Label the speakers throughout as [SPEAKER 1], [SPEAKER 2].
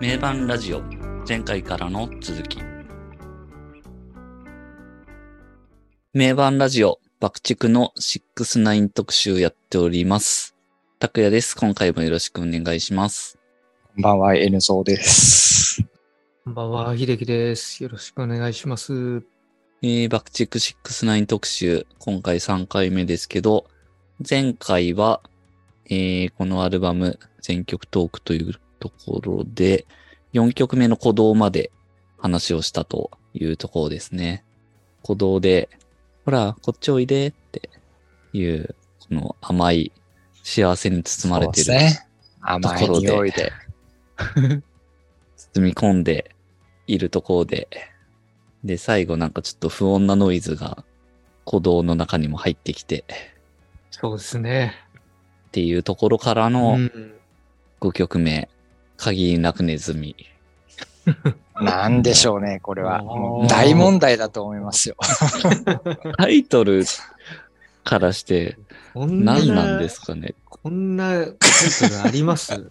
[SPEAKER 1] 名盤ラジオ前回からの続き名盤ラジオ爆竹の69特集やっております拓也です今回もよろしくお願いします
[SPEAKER 2] こんばんは、N ゾウです。
[SPEAKER 3] こんばんは、秀樹です。よろしくお願いします。
[SPEAKER 1] えー、爆竹69特集今回3回目ですけど前回は、えーこのアルバム全曲トークというところで4曲目の鼓動まで話をしたというところですね。鼓動で、ほら、こっちおいでっていう、この甘い幸せに包まれてる、
[SPEAKER 2] そうですね。甘い
[SPEAKER 1] ところで
[SPEAKER 2] 匂いで。
[SPEAKER 1] 包み込んでいるところで、で、最後なんかちょっと不穏なノイズが鼓動の中にも入ってきて
[SPEAKER 3] そうですね。
[SPEAKER 1] っていうところから
[SPEAKER 3] う
[SPEAKER 1] の
[SPEAKER 3] ん、
[SPEAKER 1] 5曲目、鍵なくネズミ。
[SPEAKER 2] なんでしょうね、これは。
[SPEAKER 3] うん
[SPEAKER 2] もう大問題だと思いますよ。
[SPEAKER 1] タイトルからして
[SPEAKER 3] こんな
[SPEAKER 1] 何なんですかね。
[SPEAKER 3] こんなタイトルあります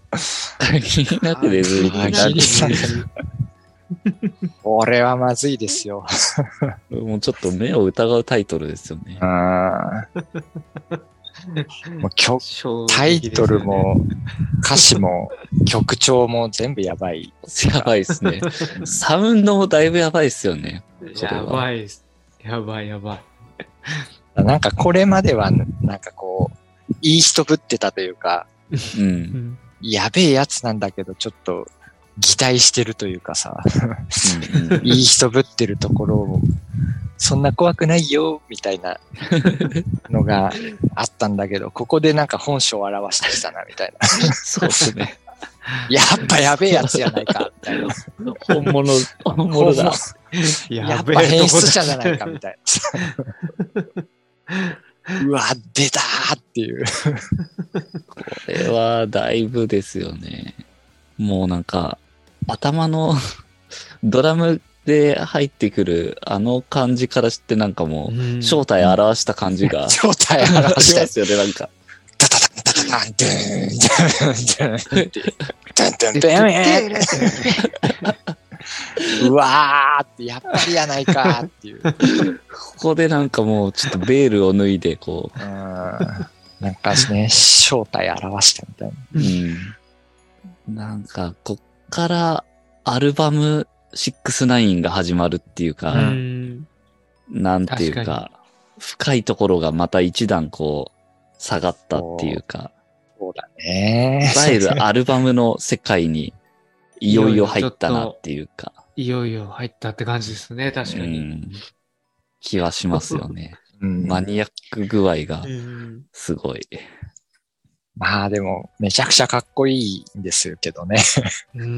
[SPEAKER 1] 鍵 なくネズミって
[SPEAKER 2] 鍵なく
[SPEAKER 3] う
[SPEAKER 2] これはまずいですよ。
[SPEAKER 1] 何もうちょっと目を疑うタイトルですよね
[SPEAKER 2] う。ん。もう曲、タイトル。も、歌詞も、曲調も全部やばい。
[SPEAKER 1] やばいですね。サウンドもだいぶやばいですよね。それは
[SPEAKER 3] やばいです。やばいやばい。
[SPEAKER 2] なんかこれまでは、なんかこう、いい人ぶってたというか、
[SPEAKER 1] う。
[SPEAKER 3] うんん、
[SPEAKER 2] やべえやつなんだけど、ちょっと、擬態してるというかさ。
[SPEAKER 1] うんうん
[SPEAKER 2] いい人ぶってるところを、そんな怖くないよ、みたいなのがあったんだけど、ここでなんか本性を表してきたな、みたいな。
[SPEAKER 1] そうですね。
[SPEAKER 2] やっぱやべえやつじゃないか、みたいな。
[SPEAKER 1] 本物、本物だ。
[SPEAKER 2] や
[SPEAKER 3] や
[SPEAKER 2] っ
[SPEAKER 3] べ
[SPEAKER 2] ぱ
[SPEAKER 3] え
[SPEAKER 2] 変
[SPEAKER 3] とこ
[SPEAKER 2] 質者じ
[SPEAKER 3] だ
[SPEAKER 2] ゃないか、みたいな。うわ、出たーっていう。
[SPEAKER 1] これはだいぶですよね。もうなんか、頭の ドラムで入ってくるあの感じからしてなんかも
[SPEAKER 3] うん
[SPEAKER 1] う正体表した感じ がし
[SPEAKER 2] 状態
[SPEAKER 1] ま
[SPEAKER 2] 表して、
[SPEAKER 1] すよね、なんか。
[SPEAKER 2] ダダダダダダン、ドゥーン、ドゥーン、ドゥーンっていう、ドゥンドゥン、ドゥーン、うわーって、やっぱりやないかーっていう。
[SPEAKER 1] ここでなんかもうちょっとベールを脱いでこ
[SPEAKER 2] うんなんかね、正体表したみたいな。
[SPEAKER 1] う、うん。なんか、こっからアルバム69が始まるっていう
[SPEAKER 3] う
[SPEAKER 1] か、
[SPEAKER 3] ん。
[SPEAKER 1] なんていうか
[SPEAKER 3] 確か
[SPEAKER 1] 深いところがまた一段こう、下がったっていうか、
[SPEAKER 2] そうだ
[SPEAKER 1] い
[SPEAKER 2] ね。
[SPEAKER 1] わゆるアルバムの世界にいよいよ入ったなっていうか、
[SPEAKER 3] いよいよ入ったって感じですね、確か
[SPEAKER 1] う
[SPEAKER 3] に。
[SPEAKER 1] ん気はしますよね。
[SPEAKER 2] うん
[SPEAKER 1] マニアック具合が
[SPEAKER 3] うん
[SPEAKER 1] すごい。
[SPEAKER 2] まあでも、めちゃくちゃかっこいいんですけどね。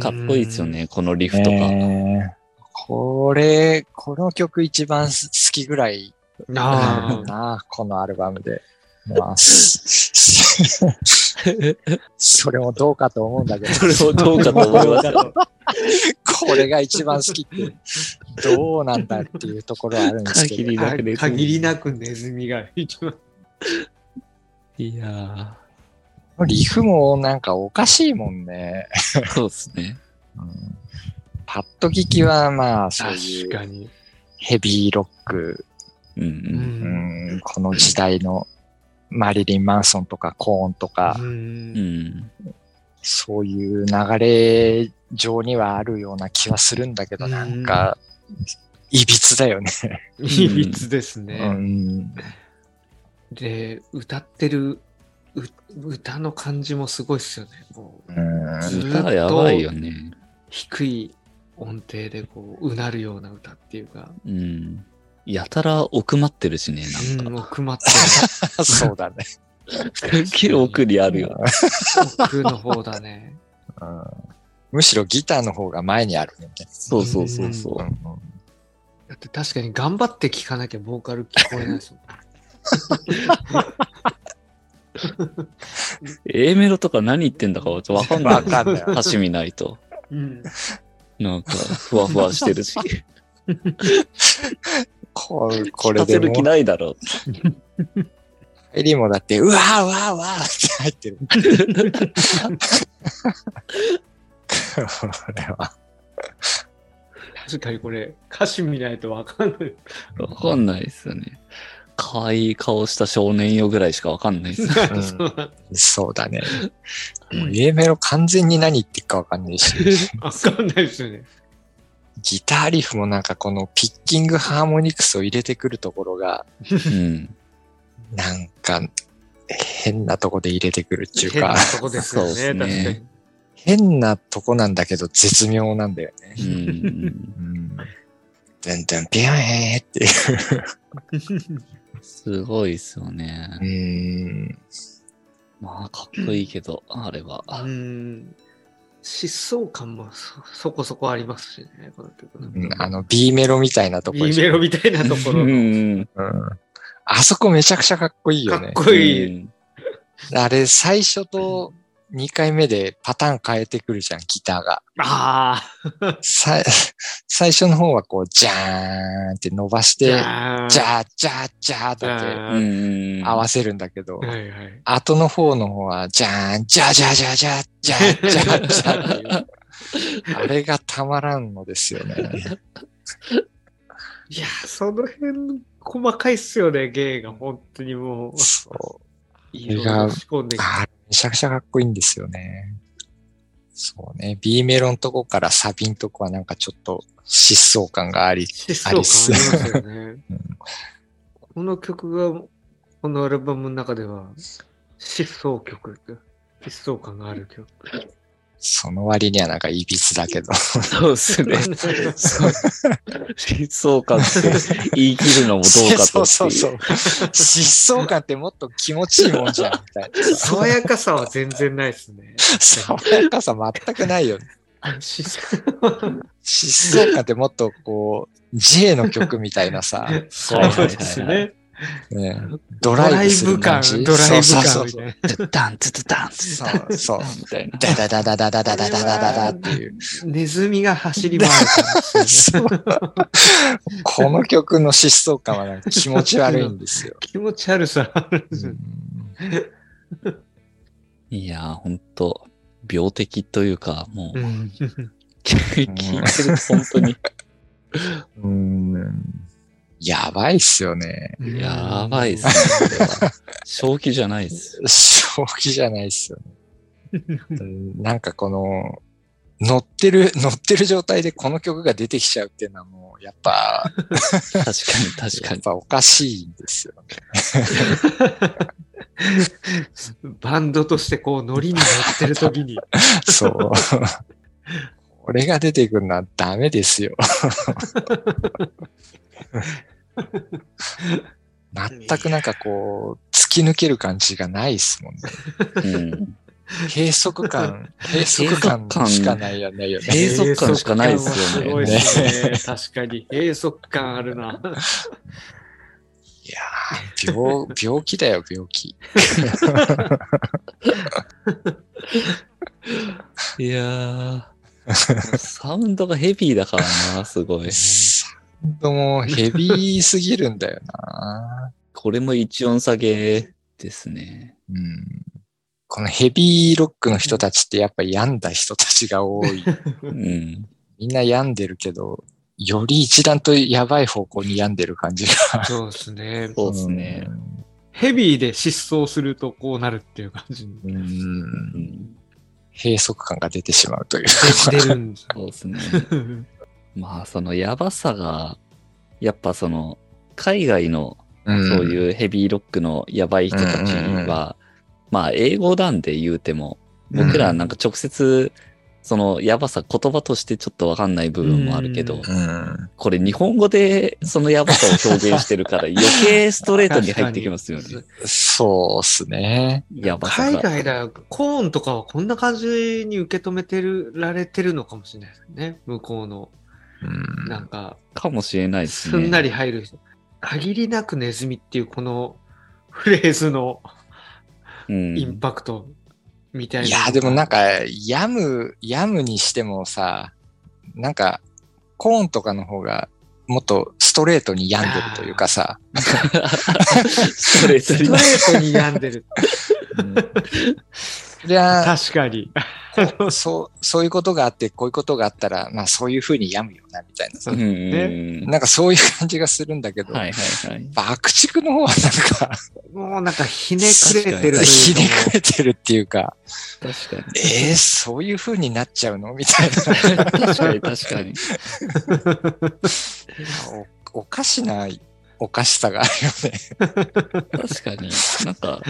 [SPEAKER 1] かっこいいですよ。ね、このリフとか。
[SPEAKER 2] ねこれ、この曲一番好きぐらい
[SPEAKER 3] うん
[SPEAKER 2] だ
[SPEAKER 3] ああ、
[SPEAKER 2] な、このアルバムで。ま あ、すそれもどうかと思うんだけど、
[SPEAKER 1] それをどうかと思いますよ。
[SPEAKER 2] これが一番好きって、どうなんだっていうところはあるんですけ
[SPEAKER 1] 限り
[SPEAKER 2] ど。
[SPEAKER 1] なくネズミ。
[SPEAKER 3] 限りなくネズミが一番。
[SPEAKER 1] いや
[SPEAKER 2] リフもなんかおかしいもんね。
[SPEAKER 1] ー、そうですね。
[SPEAKER 2] うんパッと聞きはまあそうい
[SPEAKER 3] 確
[SPEAKER 2] う
[SPEAKER 3] かに。
[SPEAKER 2] ヘビーロック、
[SPEAKER 1] うんうん。
[SPEAKER 2] う。ん、この時代のマリリン・マンソンとかコーンとか、
[SPEAKER 3] うん
[SPEAKER 1] うん。
[SPEAKER 2] そういう流れ上にはあるような気はするんだけど、
[SPEAKER 3] うん
[SPEAKER 2] なんか、いびつだよね。
[SPEAKER 3] いびつです
[SPEAKER 2] う
[SPEAKER 3] ね。
[SPEAKER 2] ん、
[SPEAKER 3] で、歌ってるう歌の感じもすごいっすよね。こう
[SPEAKER 2] うん
[SPEAKER 3] ずっと
[SPEAKER 1] 歌がやばいよね。
[SPEAKER 3] 低い音程でこううなるような歌っていうか、
[SPEAKER 1] うん。やたら奥まってるしね、
[SPEAKER 3] う、
[SPEAKER 1] なんんか。
[SPEAKER 3] 奥まって
[SPEAKER 2] そうだね、
[SPEAKER 1] すっげえ奥にあるよ。
[SPEAKER 3] る奥の方だね。
[SPEAKER 2] うん。むしろギターの方が前にあるよね。
[SPEAKER 1] そうそうそうそうう。
[SPEAKER 2] ん
[SPEAKER 3] だって確かに頑張って聴かなきゃボーカル聞こえないですもん。
[SPEAKER 1] A メロとか何言ってんだかわかん
[SPEAKER 2] わ
[SPEAKER 1] ない。
[SPEAKER 2] かんな い。
[SPEAKER 1] 歌詞見ないと。
[SPEAKER 3] うん、
[SPEAKER 1] なんか、ふわふわしてるし。
[SPEAKER 2] ここ
[SPEAKER 1] 聞
[SPEAKER 2] れ
[SPEAKER 1] か
[SPEAKER 2] で
[SPEAKER 1] せ
[SPEAKER 2] も
[SPEAKER 1] る気
[SPEAKER 2] う、
[SPEAKER 1] ないだろ
[SPEAKER 2] エリもだって、うわーうわーうわーって入ってる。これは。
[SPEAKER 3] 確かにこれ、歌詞見ないとわかんない。
[SPEAKER 1] わかんないですよね。可愛い顔した少年よぐらいしかわかんないです。
[SPEAKER 2] うん
[SPEAKER 3] そう
[SPEAKER 2] そうだね。もう A メロ完全に何言ってるかわかんない し、
[SPEAKER 3] わかんないですよね。
[SPEAKER 2] ギターリフもなんかこのピッキングハーモニクスを入れてくるところが、
[SPEAKER 1] うん。
[SPEAKER 2] なんか変なとこで入れてくるっていう
[SPEAKER 3] 変な
[SPEAKER 2] か、
[SPEAKER 3] とこですよ
[SPEAKER 1] そうっす
[SPEAKER 3] ね、
[SPEAKER 1] ね
[SPEAKER 3] 確かに。
[SPEAKER 2] 変なとこなんだけど絶妙なんだよね。
[SPEAKER 1] うん。
[SPEAKER 2] ドゥンドゥンピヨンへーっていう。
[SPEAKER 1] すごいですよね。
[SPEAKER 2] うん。
[SPEAKER 1] まあ、かっこいいけど、あれは。
[SPEAKER 3] うん。疾走感もそそこそこありますしね、この曲の。
[SPEAKER 2] うんあの B メロみたいなとこで
[SPEAKER 3] B
[SPEAKER 2] しょ
[SPEAKER 3] メロみたいなところ
[SPEAKER 1] う
[SPEAKER 3] の。
[SPEAKER 1] ん。
[SPEAKER 2] うん。あそこめちゃくちゃかっこいいよ
[SPEAKER 3] かっ
[SPEAKER 2] ね。
[SPEAKER 3] こいい。
[SPEAKER 2] あれ最初と2回目でパターン変えてくるじゃん、ギターが。
[SPEAKER 3] あ
[SPEAKER 2] さ最初の方はこう、ジャーンって伸ばし
[SPEAKER 3] ー
[SPEAKER 2] て、
[SPEAKER 3] あ。
[SPEAKER 2] ジャージャージャーだ
[SPEAKER 1] う
[SPEAKER 3] あ
[SPEAKER 1] ん。
[SPEAKER 2] け合わせるんだけど
[SPEAKER 3] ー。、はいはい。
[SPEAKER 2] 後の方の方は、ジャーン、ジャージャージャージャージャージャージャーっていう。あれがたまらんのですよね。
[SPEAKER 3] いや、その辺、細かいっすよね、芸が。本当にもう、
[SPEAKER 2] そう。
[SPEAKER 3] いろいろ仕込んできて。
[SPEAKER 2] あれめちゃくちゃかっこいいんですよね。そうね。B メロのとこからサビのとこはなんかちょっと疾走感があり、
[SPEAKER 3] 疾走感ありますよね。この曲が、このアルバムの中では、疾走曲、疾走感がある曲。
[SPEAKER 2] その割にはなんかいびつだけど。
[SPEAKER 1] そうです ね。そう。疾走感って言い切るのもどうかとってい
[SPEAKER 2] そうそう そう。疾走感ってもっと気持ちいいもんじゃん、みたいな。
[SPEAKER 3] 爽やかさは全然ないですね。
[SPEAKER 2] 爽やかさ全くないよね。
[SPEAKER 3] 疾
[SPEAKER 2] 疾走感ってもっとこう、J の曲みたいなさ、
[SPEAKER 1] そう
[SPEAKER 3] 走そうですね。
[SPEAKER 2] ね、ドライブする感じ
[SPEAKER 3] ドライブ
[SPEAKER 2] そ
[SPEAKER 3] 感
[SPEAKER 2] う
[SPEAKER 3] み
[SPEAKER 2] そう
[SPEAKER 3] たいな。
[SPEAKER 1] ドゥッダン、ドゥッダン、ドゥッダン、
[SPEAKER 2] そうそう。
[SPEAKER 1] みたいな。
[SPEAKER 2] ダダダダダダダダダダダっていう。
[SPEAKER 3] ネズミが走り回る感じですね。
[SPEAKER 2] この曲の疾走感はなんか気持ち悪いんですよ。
[SPEAKER 3] 気持ち悪さあるんですよね
[SPEAKER 1] いやー、ほんと、病的というか、もう、
[SPEAKER 3] うん
[SPEAKER 1] 聞いてると本当に、
[SPEAKER 2] うんやばいっすよね。
[SPEAKER 1] やばいっすね、これは。正気じゃないっす。
[SPEAKER 2] 正気じゃないっすよね。なんかこの、乗ってる、乗ってる状態でこの曲が出てきちゃうっていうのはもう、やっぱ、
[SPEAKER 1] 確かに、確か
[SPEAKER 2] やっ
[SPEAKER 1] に。
[SPEAKER 2] ぱおかしいんですよね。
[SPEAKER 3] バンドとしてこうノリに乗ってる時に。
[SPEAKER 2] そう。これが出てくるのはダメですよ。全くなんかこう、突き抜ける感じがないですもんね。
[SPEAKER 1] うん。
[SPEAKER 2] 閉塞感、閉塞感しかないよね。
[SPEAKER 1] 閉塞感しかないですよね
[SPEAKER 3] 閉塞感はすごいですね。確かに。閉塞感あるな。
[SPEAKER 2] いやー病、病気だよ、病気。
[SPEAKER 1] いやー。サウンドがヘビーだからな、すごい。
[SPEAKER 2] サウンドもヘビーすぎるんだよな。
[SPEAKER 1] これも一音下げですね。
[SPEAKER 2] うん、このヘビーロックの人たちってやっぱ病んだ人たちが 多い。
[SPEAKER 1] うん。
[SPEAKER 2] みんな病んでるけど、より一段とやばい方向に病んでる感じが。
[SPEAKER 3] そうですね。
[SPEAKER 1] そうですね。
[SPEAKER 3] ヘビーで疾走するとこうなるっていう感じ に
[SPEAKER 2] うん。うん
[SPEAKER 1] うん。
[SPEAKER 2] 閉塞感が出てしまうという。
[SPEAKER 3] 出るんです
[SPEAKER 1] そうですね。
[SPEAKER 3] ね。
[SPEAKER 1] まあ、そのやばさが、やっぱその、海外のそう
[SPEAKER 2] う
[SPEAKER 1] いうヘビーロックのやばい人たち
[SPEAKER 2] うんうんうん
[SPEAKER 1] は、まあ、英語なんで言うても、僕らなんか直接、そのやばさ言葉としてちょっとわかんない部分もあるけ
[SPEAKER 3] う
[SPEAKER 1] ど
[SPEAKER 3] ん、
[SPEAKER 2] ん。うん。
[SPEAKER 1] これ日本語でそのやばさを表現してるから余計ストレートに入ってきますよね。
[SPEAKER 2] そうっすね。
[SPEAKER 1] やばさ
[SPEAKER 3] 海
[SPEAKER 1] が。
[SPEAKER 3] 外だよ、コーンとかはこんな感じに受け止めてるられてるのかもしれないですね。向こうの、
[SPEAKER 2] うん
[SPEAKER 3] なんか、
[SPEAKER 1] かもしれないですね。
[SPEAKER 3] すんなり入る人。限りなくネズミっていうこのフレーズの
[SPEAKER 1] うん。
[SPEAKER 3] インパクトみたいな。
[SPEAKER 2] いや、でもなんか、病む、病むにしてもさ、なんか、コーンとかの方が、もっとストレートに病んでるというかさ、
[SPEAKER 1] ストレート
[SPEAKER 3] ストレートに病んでる。
[SPEAKER 2] じゃあ、
[SPEAKER 3] 確かに。
[SPEAKER 2] そう、そういうことがあって、こういうことがあったら、まあそういうふうに病むよな、みたいなさ
[SPEAKER 1] う。んうん。
[SPEAKER 2] なんかそういう感じがするんだけど、
[SPEAKER 1] はいはいはい。
[SPEAKER 2] 爆竹の方はなんか、
[SPEAKER 3] もうなんかひねくれてるという か
[SPEAKER 2] ひねくれてるっていうか、
[SPEAKER 1] 確かに。
[SPEAKER 2] えー、そういう風になっちゃうのみたい
[SPEAKER 1] 確かに確かに。
[SPEAKER 2] な。おおかしな、おかしさがあるよね。
[SPEAKER 1] 確かに。なんか、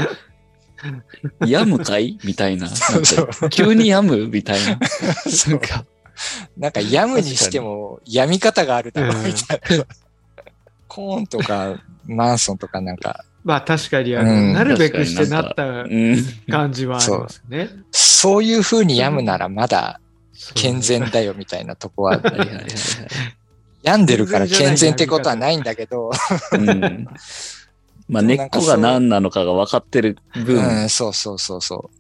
[SPEAKER 1] 病むかいみたいな。
[SPEAKER 2] そう そ
[SPEAKER 1] な
[SPEAKER 2] う
[SPEAKER 1] んか急に病むみたいな。なんか、
[SPEAKER 2] なんか、やむにしても、やみ方があるだろ、みたいな。コーンとか、マンソンとかなんか、
[SPEAKER 3] まあ確かに、あの
[SPEAKER 2] うん
[SPEAKER 3] なるべくしてなった
[SPEAKER 1] うん。
[SPEAKER 3] 感じはありますね。
[SPEAKER 2] そういう風に病むならまだ
[SPEAKER 3] そう
[SPEAKER 2] 健全だよ、みたいなとこは。
[SPEAKER 1] はいはいはい
[SPEAKER 2] 病んでるから健全ってことはないんだけど、
[SPEAKER 1] はい。うん。まあ、根っこが何なのかが分かってる
[SPEAKER 2] う
[SPEAKER 1] 分、
[SPEAKER 2] ん、そうそうそうそ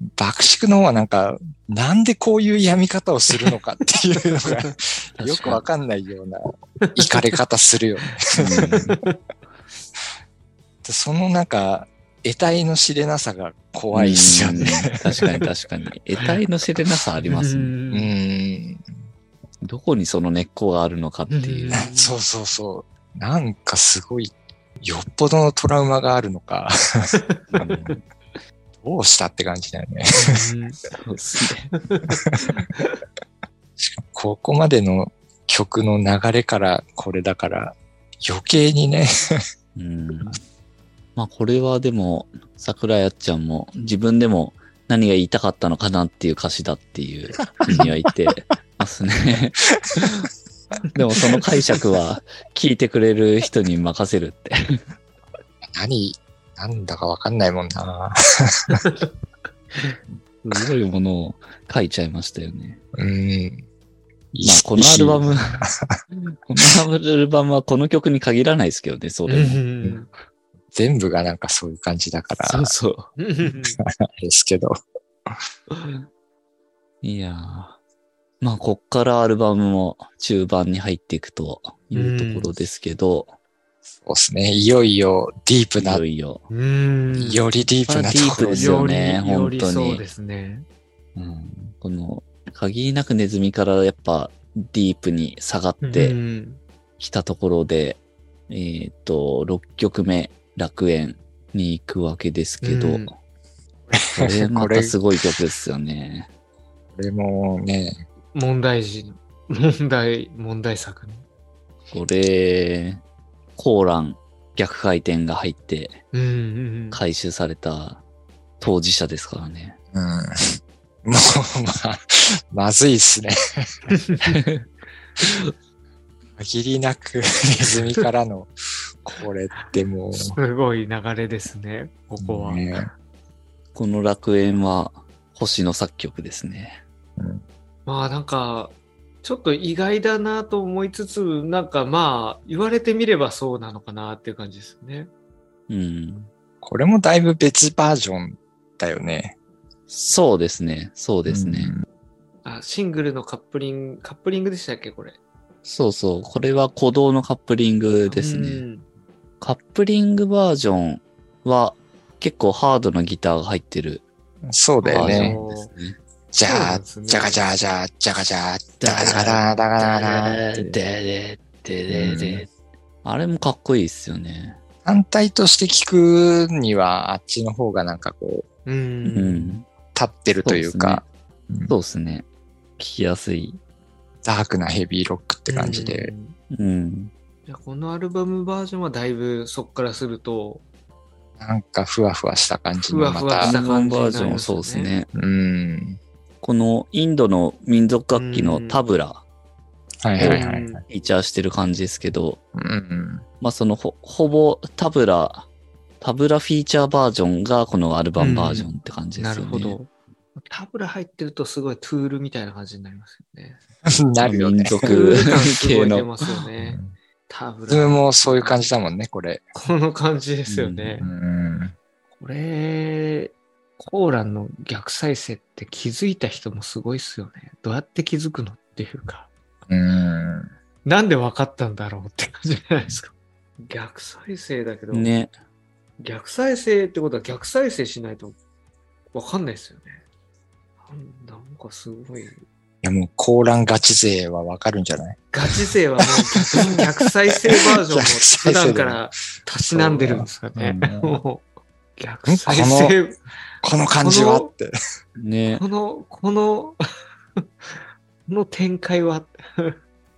[SPEAKER 2] う。爆竹の方はなんか、なんでこういう病み方をするのかっていう のが、よくわかんないような、いかれ方するよね。 でそのなんか、得体の知れなさが怖いっすよね。
[SPEAKER 1] うん確かに確かに。得体の知れなさあります
[SPEAKER 3] う
[SPEAKER 1] ね。
[SPEAKER 2] うんん、
[SPEAKER 1] どこにその根っこがあるのかっていう。
[SPEAKER 3] うん
[SPEAKER 2] そうそうそう。なんかすごい、よっぽどのトラウマがある のか、
[SPEAKER 1] うん
[SPEAKER 2] どうしたって感じだよね。
[SPEAKER 1] そうですね。
[SPEAKER 2] ここまでの曲の流れからこれだから、余計にね、
[SPEAKER 1] うん。まあこれはでも、桜やっちゃんも自分でも何が言いたかったのかなっていう歌詞だっていうふうには言ってますね。でもその解釈は聞いてくれる人に任せるって。
[SPEAKER 2] 何、なんだかわかんないもんな。
[SPEAKER 1] すごいものを書いちゃいましたよね。
[SPEAKER 2] うん。
[SPEAKER 1] まあこのアルバム、このアルバムはこの曲に限らないですけどね、それも。
[SPEAKER 3] うん
[SPEAKER 2] 全部がなんかそういう感じだから、
[SPEAKER 1] そうそう。
[SPEAKER 3] うん
[SPEAKER 2] あれですけど。
[SPEAKER 1] いやー。まあ、こっからアルバムも中盤に入っていくというところですけど、
[SPEAKER 2] そうですね。いよいよディープ
[SPEAKER 1] い
[SPEAKER 2] な、
[SPEAKER 1] よいよ。
[SPEAKER 3] うん
[SPEAKER 2] よりディープなとこ
[SPEAKER 1] これはディープ
[SPEAKER 2] ろ
[SPEAKER 1] で
[SPEAKER 2] に
[SPEAKER 1] すよね
[SPEAKER 3] よりより
[SPEAKER 1] 本当に
[SPEAKER 3] そうですね。
[SPEAKER 1] うん、この、限りなくネズミからやっぱディープに下がっ
[SPEAKER 3] う
[SPEAKER 1] て
[SPEAKER 3] ん
[SPEAKER 1] きたところで、えっ、と、6曲目、楽園に行くわけですけど、
[SPEAKER 3] うん
[SPEAKER 1] これま
[SPEAKER 2] これ
[SPEAKER 1] たすごい曲ですよね。
[SPEAKER 2] これもね、
[SPEAKER 3] 問題児の、問題、問題作の。
[SPEAKER 1] これ、コーラン逆回転が入って
[SPEAKER 3] うんうん
[SPEAKER 1] 回収された当事者ですからね。
[SPEAKER 2] うん。もう、まあ、まずいっすね。限りなくネズミからの、これっても
[SPEAKER 3] うん。すごい流れですね、ここは。
[SPEAKER 2] う、ね、
[SPEAKER 1] この楽園は星の作曲ですね。
[SPEAKER 3] まあなんか、ちょっと意外だなと思いつつ、なんかまあ、言われてみればそうなのかなっていう感じですね。
[SPEAKER 1] うん。
[SPEAKER 2] これもだいぶ別バージョンだよね。
[SPEAKER 1] そうですね。そうですね。
[SPEAKER 2] うん
[SPEAKER 3] あ、シングルのカップリング、カップリングでしたっけ、これ。
[SPEAKER 1] そうそう。これは鼓動のカップリングですね。
[SPEAKER 3] うん
[SPEAKER 1] カップリングバージョンは結構ハードなギターが入ってる
[SPEAKER 2] そうだよ
[SPEAKER 1] バージ
[SPEAKER 2] ね。
[SPEAKER 1] ョンですね。
[SPEAKER 2] じ
[SPEAKER 3] そう
[SPEAKER 2] ゃ
[SPEAKER 3] な
[SPEAKER 2] あ
[SPEAKER 3] ん、ですね
[SPEAKER 2] じゃがじゃあじゃあ、じゃがじゃあ、だがだがだ、だがだがだ。
[SPEAKER 1] ででででであれもかっこいいですよね。
[SPEAKER 2] 単体として聞くには、あっちの方がなんかこう、
[SPEAKER 1] う
[SPEAKER 3] う。
[SPEAKER 1] んん。
[SPEAKER 2] 立ってるというか、うん
[SPEAKER 1] そうですね。聞きやすい。
[SPEAKER 2] ダークなヘビーロックって感じで
[SPEAKER 3] う、ん。
[SPEAKER 1] うん。
[SPEAKER 3] いやこのアルバムバージョンはだいぶそっからすると、
[SPEAKER 2] なんかふわふわした感じのま
[SPEAKER 3] ふわふ
[SPEAKER 1] ア
[SPEAKER 3] わし
[SPEAKER 2] た、
[SPEAKER 3] た
[SPEAKER 1] ルバムバージョンはそうですね。
[SPEAKER 2] うん。
[SPEAKER 1] このインドの民族楽器のタブラ、
[SPEAKER 2] はいはいはい。
[SPEAKER 3] うん
[SPEAKER 1] フィーチャーしてる感じですけど、
[SPEAKER 2] うん。
[SPEAKER 1] まあそのほほぼタブラ、タブラフィーチャーバージョンがこのアルバムバージョンって感じで
[SPEAKER 3] な
[SPEAKER 1] す
[SPEAKER 3] る
[SPEAKER 1] よね。
[SPEAKER 3] ほど。タブラ入ってるとすごいトゥールみたいな感じになりますよね。
[SPEAKER 2] なるよね
[SPEAKER 1] 民。族系
[SPEAKER 3] 出
[SPEAKER 1] の。
[SPEAKER 3] ますよね。
[SPEAKER 2] ズ
[SPEAKER 3] タブ
[SPEAKER 2] ーム
[SPEAKER 3] ラ。
[SPEAKER 2] もそういう感じだもんね、これ。
[SPEAKER 3] この感じですよね。
[SPEAKER 2] うん。
[SPEAKER 3] これ、コーランの逆再生って気づいた人もすごいっすよね。どうやって気づくのっていうか、
[SPEAKER 2] うん。
[SPEAKER 3] なんで分かったんだろうって感じじゃないですか。逆再生だけど、
[SPEAKER 1] ね。
[SPEAKER 3] 逆再生ってことは逆再生しないと分かんないですよね。なんなんかすごい。
[SPEAKER 2] や、もう、コーランガチ勢はわかるんじゃない
[SPEAKER 3] ガチ勢はもう逆に逆再生バージ
[SPEAKER 2] 逆
[SPEAKER 3] ョンを普
[SPEAKER 2] 再生だ
[SPEAKER 3] 段からたし なんでるんですかね。
[SPEAKER 2] うん
[SPEAKER 3] もう逆再生、
[SPEAKER 2] この感じはって。
[SPEAKER 1] ね
[SPEAKER 3] この、この、こ の展開は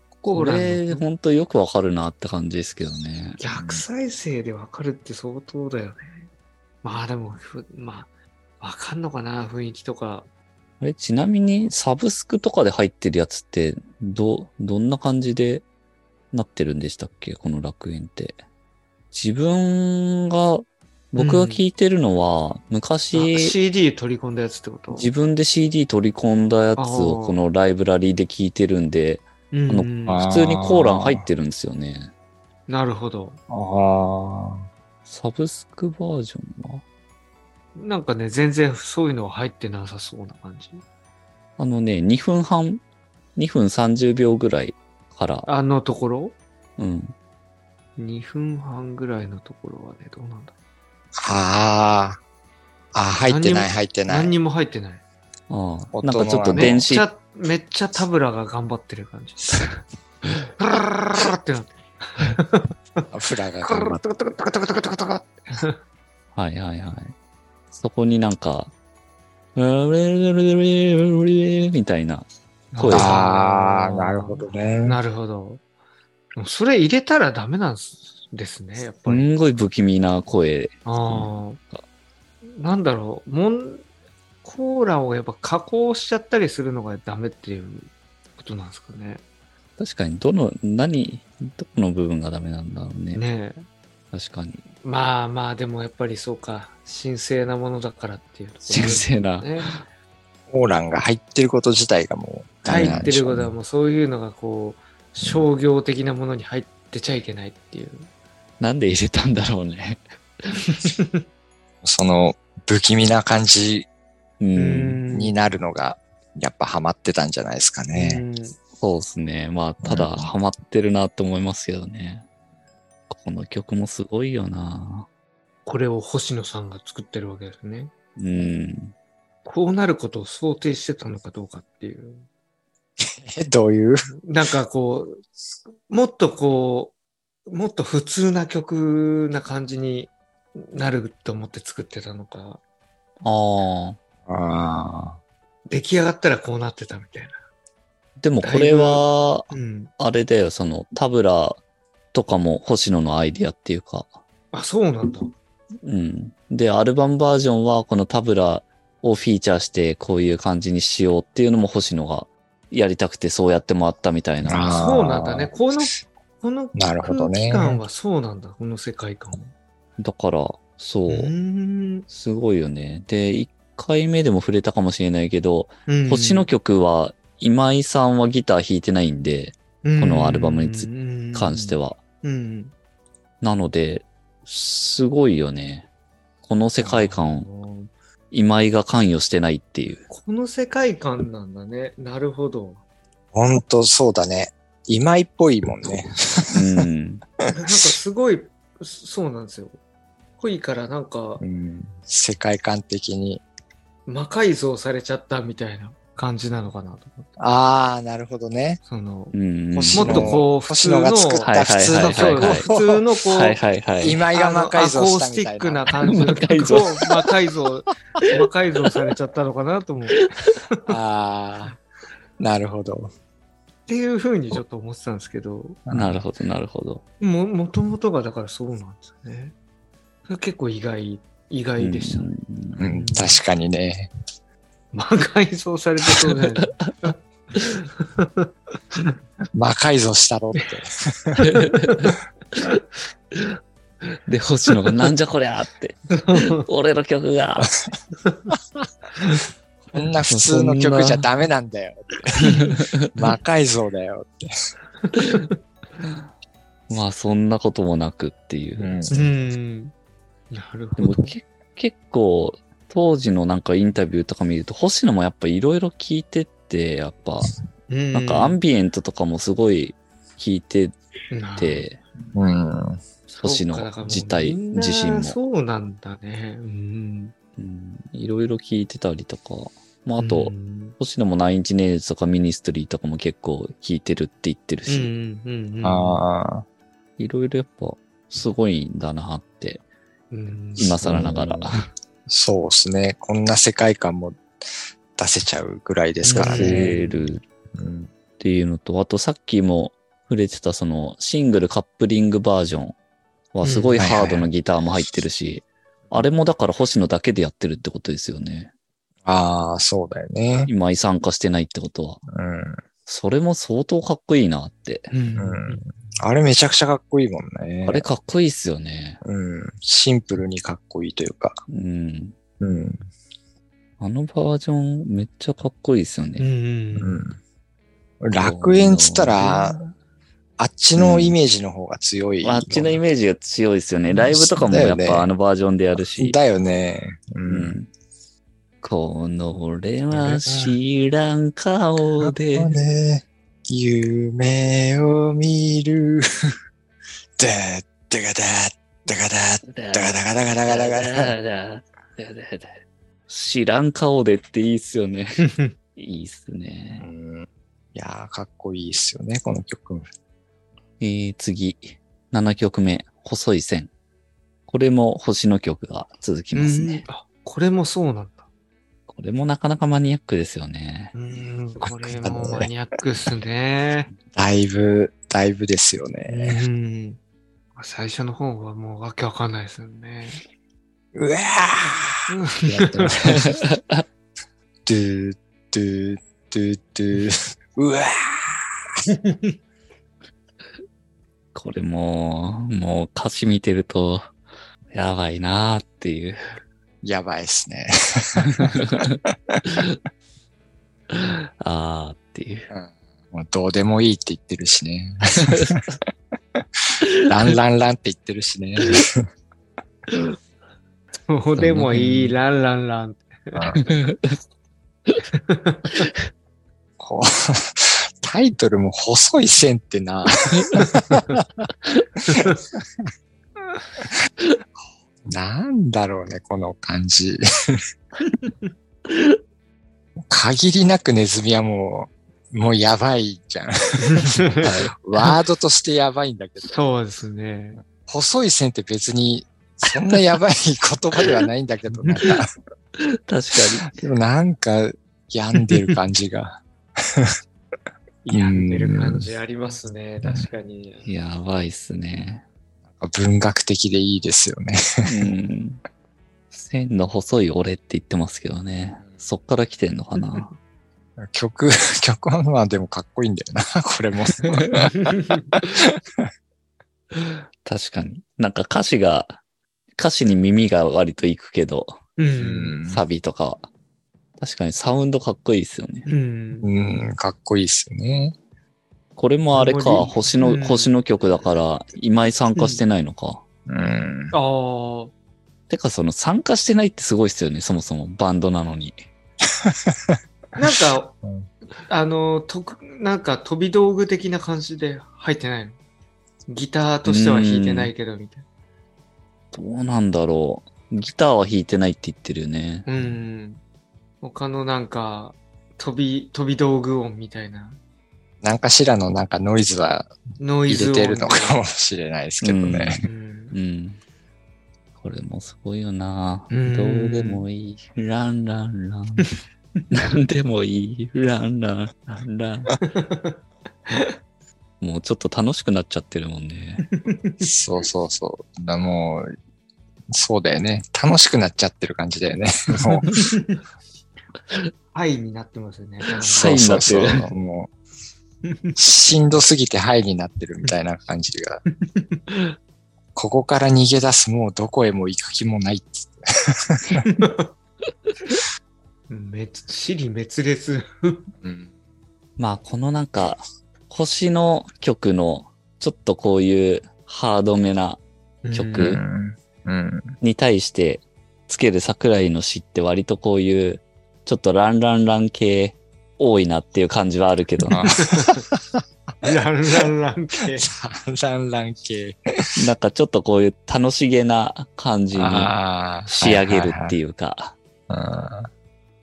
[SPEAKER 3] コ
[SPEAKER 1] こ
[SPEAKER 3] ーラ
[SPEAKER 1] れ、
[SPEAKER 3] の
[SPEAKER 1] ほんとよくわかるなって感じですけどね。
[SPEAKER 3] 逆再生でわかるって相当だよね。まあでも、ふまあ、わかんのかな、雰囲気とか。
[SPEAKER 1] あれ、ちなみに、サブスクとかで入ってるやつって、ど、どんな感じでなってるんでしたっけこの楽園って。自分が、僕が聞いてるのは、
[SPEAKER 3] あ
[SPEAKER 1] 昔、
[SPEAKER 3] CD 取り込んだやつってこと
[SPEAKER 1] 自分で CD 取り込んだやつを
[SPEAKER 3] あー
[SPEAKER 1] このライブラリーで聞いてるんで、
[SPEAKER 3] うんうん
[SPEAKER 2] あの
[SPEAKER 1] 普通にコーラン入ってるんですよね。
[SPEAKER 3] なるほど。
[SPEAKER 2] ああ。
[SPEAKER 1] サブスクバージョンは
[SPEAKER 3] なんかね、全然そういうのは入ってなさそうな感じ。
[SPEAKER 1] あのね、2分半、2分30秒ぐらいから、
[SPEAKER 3] あのところ
[SPEAKER 1] うん。
[SPEAKER 3] 2分半ぐらいのところはね、どうなんだ
[SPEAKER 2] ああ。あ、入ってない、入ってな
[SPEAKER 3] 何
[SPEAKER 2] い。
[SPEAKER 3] にも入ってない。
[SPEAKER 1] ああ、
[SPEAKER 2] 音
[SPEAKER 1] なん
[SPEAKER 2] の
[SPEAKER 1] かちょっと
[SPEAKER 2] はね
[SPEAKER 3] めっ
[SPEAKER 1] 電子
[SPEAKER 3] ちゃ、めっちゃタブラが頑張ってる感じ。プルルルルルルってなって。
[SPEAKER 2] フラが
[SPEAKER 3] クル
[SPEAKER 2] 頑
[SPEAKER 3] ル
[SPEAKER 2] 張っ
[SPEAKER 3] ルトコトコトコトコトコトコトコ
[SPEAKER 1] はいはいはい。そこになんか、みたいな。そうです
[SPEAKER 2] ああ、なるほ。どね。
[SPEAKER 3] なるほど。でもそれ入れたらダメなんですですね、やっ
[SPEAKER 1] す
[SPEAKER 3] ぱり。
[SPEAKER 1] んごい不気味な声。
[SPEAKER 3] ああ。なんだろう、もん、コーラをやっぱ加工しちゃったりするのがダメっていうことなんですかね。
[SPEAKER 1] 確かに、どの、何、どこの部分がダメなんだろうね。
[SPEAKER 3] ねえ。
[SPEAKER 1] 確かに。
[SPEAKER 3] まあまあ、でもやっぱりそうか、神聖なものだからっていうところ
[SPEAKER 1] 神聖な。
[SPEAKER 3] ね。
[SPEAKER 2] オーランが入ってること自体がもう ダメ
[SPEAKER 3] 入
[SPEAKER 2] なん
[SPEAKER 3] って
[SPEAKER 2] でし
[SPEAKER 3] る
[SPEAKER 2] ょ
[SPEAKER 3] こ
[SPEAKER 2] う
[SPEAKER 3] と
[SPEAKER 2] ね、
[SPEAKER 3] はもうそういうのがこう、商業的なものに入ってちゃいけないっていう。
[SPEAKER 1] なんで入れたんだろうね。
[SPEAKER 2] その不気味な感じ
[SPEAKER 1] うん。
[SPEAKER 2] になるのが、やっぱハマってたんじゃないですかね。
[SPEAKER 3] うん
[SPEAKER 1] そうですね。まあ、た
[SPEAKER 2] う
[SPEAKER 1] だ、
[SPEAKER 2] ん
[SPEAKER 1] ハマってるなと思いますけどね。この曲もすごいよな。
[SPEAKER 3] これを星野さんが作ってるわけですね。
[SPEAKER 1] うん。
[SPEAKER 3] こうなることを想定してたのかどうかっていう。
[SPEAKER 2] え、 どういう
[SPEAKER 3] なんかこう、もっとこう、もっと普通な曲な感じになると思って作ってたのか、
[SPEAKER 1] ああ。
[SPEAKER 2] あ
[SPEAKER 3] 出来上がったらこうなってたみたいな。
[SPEAKER 1] でも、これは、
[SPEAKER 3] うん。
[SPEAKER 1] あれだよ、その、タブラとかも星野のアイディアっていうか、
[SPEAKER 3] あ、そうなんだ。
[SPEAKER 1] うん。で、アルバムバージョンはこのタブラをフィーチャーして、こういう感じにしようっていうのも星野がやりたくてそうやってもらったみたいな。
[SPEAKER 2] あー
[SPEAKER 3] そうなんだね。この、この
[SPEAKER 2] なるほど
[SPEAKER 3] 空
[SPEAKER 2] ね
[SPEAKER 3] 気感はそうなんだ。この世界観は。
[SPEAKER 1] だから、そうう、
[SPEAKER 3] ん。
[SPEAKER 1] すごいよね。で、1回目でも触れたかもしれないけど、
[SPEAKER 3] うん
[SPEAKER 1] 星野曲は今井さんはギター弾いてないんで、このアルバムにつ
[SPEAKER 3] に
[SPEAKER 1] 関して
[SPEAKER 3] は。
[SPEAKER 1] は。
[SPEAKER 3] うん。
[SPEAKER 1] なので、すごいよね。この世界観、今井が関与してないっていう。
[SPEAKER 3] この世界観なんだね。なるほど。
[SPEAKER 2] あ。ほんとそうだね。今井っぽいもんね。
[SPEAKER 1] うん。
[SPEAKER 3] なんかすごい、そうなんですよ。濃いからなんか
[SPEAKER 2] う、ん、世界観的に。
[SPEAKER 3] 魔改造されちゃったみたいな感じなのかなと思って。
[SPEAKER 2] ああ、なるほどね。
[SPEAKER 3] その、
[SPEAKER 1] うん
[SPEAKER 2] も
[SPEAKER 3] もっとこう、普
[SPEAKER 2] 星
[SPEAKER 3] 通
[SPEAKER 2] 野
[SPEAKER 3] の、
[SPEAKER 2] が作っ
[SPEAKER 1] はい
[SPEAKER 2] た普通の
[SPEAKER 1] はいはいはいはい
[SPEAKER 2] 曲
[SPEAKER 3] そう
[SPEAKER 2] を、
[SPEAKER 3] 普通のこう、
[SPEAKER 1] はいはいはい。
[SPEAKER 2] 今井が魔改造したみたい
[SPEAKER 3] あの
[SPEAKER 2] な
[SPEAKER 3] ア。コースティックな感じの曲を魔改造、魔改造されちゃったのかなと思う。っ
[SPEAKER 2] ああ、なるほど。
[SPEAKER 3] ていうふうにちょっと思ってたんですけど、
[SPEAKER 1] なるほど、なるほど。
[SPEAKER 3] も、もともとがだからそうなんですよね。それ結構意外、意外でしたね。
[SPEAKER 1] うん
[SPEAKER 2] うん、確かにね。
[SPEAKER 3] 魔改造されてそうじゃないですか。
[SPEAKER 2] 魔改造したろって。
[SPEAKER 1] で、星野がなんじゃこりゃーって。俺の曲が。
[SPEAKER 2] こんな普通の曲じゃダメなんだよ って。魔改造だよって。
[SPEAKER 1] まあ、そんなこともなくっていう。
[SPEAKER 3] うん。なる
[SPEAKER 1] で
[SPEAKER 3] ほ
[SPEAKER 1] も
[SPEAKER 3] ど。
[SPEAKER 1] け結構、当時のなんかインタビューとか見ると、星野もやっぱいろいろ聞いてって、やっぱ、
[SPEAKER 3] な
[SPEAKER 1] なんかアンビエントとかもすごい聞いて
[SPEAKER 3] って、
[SPEAKER 1] て、
[SPEAKER 2] うん。
[SPEAKER 1] 星野自体、自身も。
[SPEAKER 3] そうなんだね。うん。
[SPEAKER 1] うんいろいろ聞いてたりとか、まあ、あと
[SPEAKER 3] う、ん
[SPEAKER 1] 星野もナインチネイルズとかミニストリーとかも結構弾いてるって言ってる
[SPEAKER 3] う
[SPEAKER 1] し、
[SPEAKER 3] んうんうん。
[SPEAKER 2] ああ、
[SPEAKER 1] いろいろやっぱすごいんだなって、
[SPEAKER 3] うん。
[SPEAKER 1] 今更ながら
[SPEAKER 2] うん。そうですね。こんな世界観も出せちゃうぐらいですから
[SPEAKER 3] うん
[SPEAKER 2] ね。
[SPEAKER 1] 出せる
[SPEAKER 2] うん
[SPEAKER 1] っていうのと、あとさっきも触れてたそのシングルカップリングバージョンはすごい
[SPEAKER 2] うん
[SPEAKER 1] ハードなギターも入ってるし、あれもだから星野だけでやってるってことですよね。
[SPEAKER 2] ああ、そうだよね。
[SPEAKER 1] 今井参加してないってことは。
[SPEAKER 2] うん。
[SPEAKER 1] それも相当かっこいいなって。
[SPEAKER 3] うん
[SPEAKER 2] うんあれめちゃくちゃかっこいいもんね。
[SPEAKER 1] あれかっこいいっすよね。
[SPEAKER 2] うん。シンプルにかっこいいというか。
[SPEAKER 1] うん。
[SPEAKER 2] うん。
[SPEAKER 1] あのバージョンめっちゃかっこいいっすよ
[SPEAKER 3] う
[SPEAKER 1] ね。
[SPEAKER 3] んうん。
[SPEAKER 2] うん。楽園っつったら、あっちのイメージの方が強い。
[SPEAKER 1] あっちのイメージが強いですよね。ライブとかもやっ
[SPEAKER 2] だよね
[SPEAKER 1] ぱあのバージョンでやるし。
[SPEAKER 2] だよね。う。
[SPEAKER 1] うんん。この俺は知らん顔で。
[SPEAKER 2] ね、夢を見る。で、でがだ、でがだ、だがだがだがだがだがだ。
[SPEAKER 1] 知らん顔でっていいっすよね。
[SPEAKER 3] うん
[SPEAKER 1] いいっす
[SPEAKER 2] う
[SPEAKER 1] ね。
[SPEAKER 2] んいやー、かっこいいっすよね、この曲。
[SPEAKER 1] えー、次。7曲目。細い線。これも星の曲が続きますね。
[SPEAKER 3] あ、これもそうなんだ。
[SPEAKER 1] これもなかなかマニアックですよね。
[SPEAKER 3] うん、これもマニアックっすね。
[SPEAKER 2] だいぶ、だいぶですよ
[SPEAKER 3] う
[SPEAKER 2] ね。
[SPEAKER 3] ん。最初の方はもうわけわかんないですよね。
[SPEAKER 2] うわードゥー、ドゥー、ドゥー、ドゥ ー。うわ
[SPEAKER 1] これもう、もう歌詞見てると、やばいなーっていう。
[SPEAKER 2] ーやばいっすね。
[SPEAKER 1] あーっていう。
[SPEAKER 2] うんもうどうでもいいって言ってるしね。 ランランランって言ってるし ね。
[SPEAKER 3] そうでもいい、ランランラン。
[SPEAKER 2] こう、 タイトルも細い線ってな。 なんだろうね、この感じ。 限りなくネズミはもう、もうやばいじゃん。ワードとしてやばいんだけど、
[SPEAKER 3] そうですね。
[SPEAKER 2] 細い線って別に、そんなやばい言葉ではないんだけど、なんか、
[SPEAKER 1] 確か
[SPEAKER 2] でもなんか、病んでる感じが。
[SPEAKER 3] やってる感じありますね。確かに。
[SPEAKER 1] に。やばいっすね。
[SPEAKER 2] 文学的でいいですよね。
[SPEAKER 1] うん。線の細い俺って言ってますけどね。そっから来てんのかな。
[SPEAKER 2] 曲、 曲はまあでもかっこいいんだよな、 これも。
[SPEAKER 1] 確かに。なんか歌詞が、歌詞に耳が割と行くけど、
[SPEAKER 3] うん。
[SPEAKER 1] サビとかは。確かにサウンドかっこいいっすよね。
[SPEAKER 3] うん。
[SPEAKER 2] うん、かっこいいっすよね。
[SPEAKER 1] これもあれか、
[SPEAKER 3] これ
[SPEAKER 1] 星の、
[SPEAKER 3] うん
[SPEAKER 1] 星の曲だから、今井参加してないのか。
[SPEAKER 2] うん。
[SPEAKER 3] ああ。
[SPEAKER 1] てか、その参加してないってすごいっすよね、そもそもバンドなのに。
[SPEAKER 3] なんか
[SPEAKER 2] うん、
[SPEAKER 3] あの、とくなんか飛び道具的な感じで入ってないのギターとしては弾いてないけど、みたい
[SPEAKER 1] どうなんだろう。ギターは弾いてないって言ってるよね。
[SPEAKER 3] な。うん。他のなんか、飛び、飛び道具音みたいな。
[SPEAKER 2] なんかしらのなんかノイズは
[SPEAKER 3] ノイ
[SPEAKER 2] 入
[SPEAKER 3] ズ
[SPEAKER 2] れ
[SPEAKER 3] 音。
[SPEAKER 2] てるのかもしれないですけどね。
[SPEAKER 3] うん
[SPEAKER 1] うん。これもすごいよな。
[SPEAKER 3] うん
[SPEAKER 1] どうでもいい。ランランラン。 なんでもいい。ランランラン ラン。もうちょっと楽しくなっちゃってるもんね。
[SPEAKER 2] そうそうそう。だもう、そうだよね。楽しくなっちゃってる感じだよね。もう
[SPEAKER 3] 愛になってますよね。
[SPEAKER 2] そうそうそ
[SPEAKER 1] ハイにな
[SPEAKER 2] う。もう、しんどすぎてハイになってるみたいな感じが。ここから逃げ出す、もうどこへも行く気もないっつって
[SPEAKER 3] めつ、尻滅裂。
[SPEAKER 2] うん
[SPEAKER 1] まあこのなんか、星の曲のちょっとこういうハードめな曲
[SPEAKER 2] う
[SPEAKER 3] うん
[SPEAKER 2] ん。
[SPEAKER 1] に対してつける桜井の詩って割とこういうちょっとランランラン系多いなっていう感じはあるけど、
[SPEAKER 2] あ
[SPEAKER 3] ランランラン 系。
[SPEAKER 2] ランラン系。
[SPEAKER 1] なんかちょっとこういう楽しげな感じに
[SPEAKER 2] ああ
[SPEAKER 1] 仕上げるって
[SPEAKER 2] い
[SPEAKER 1] いうか、
[SPEAKER 2] う。はいはいはい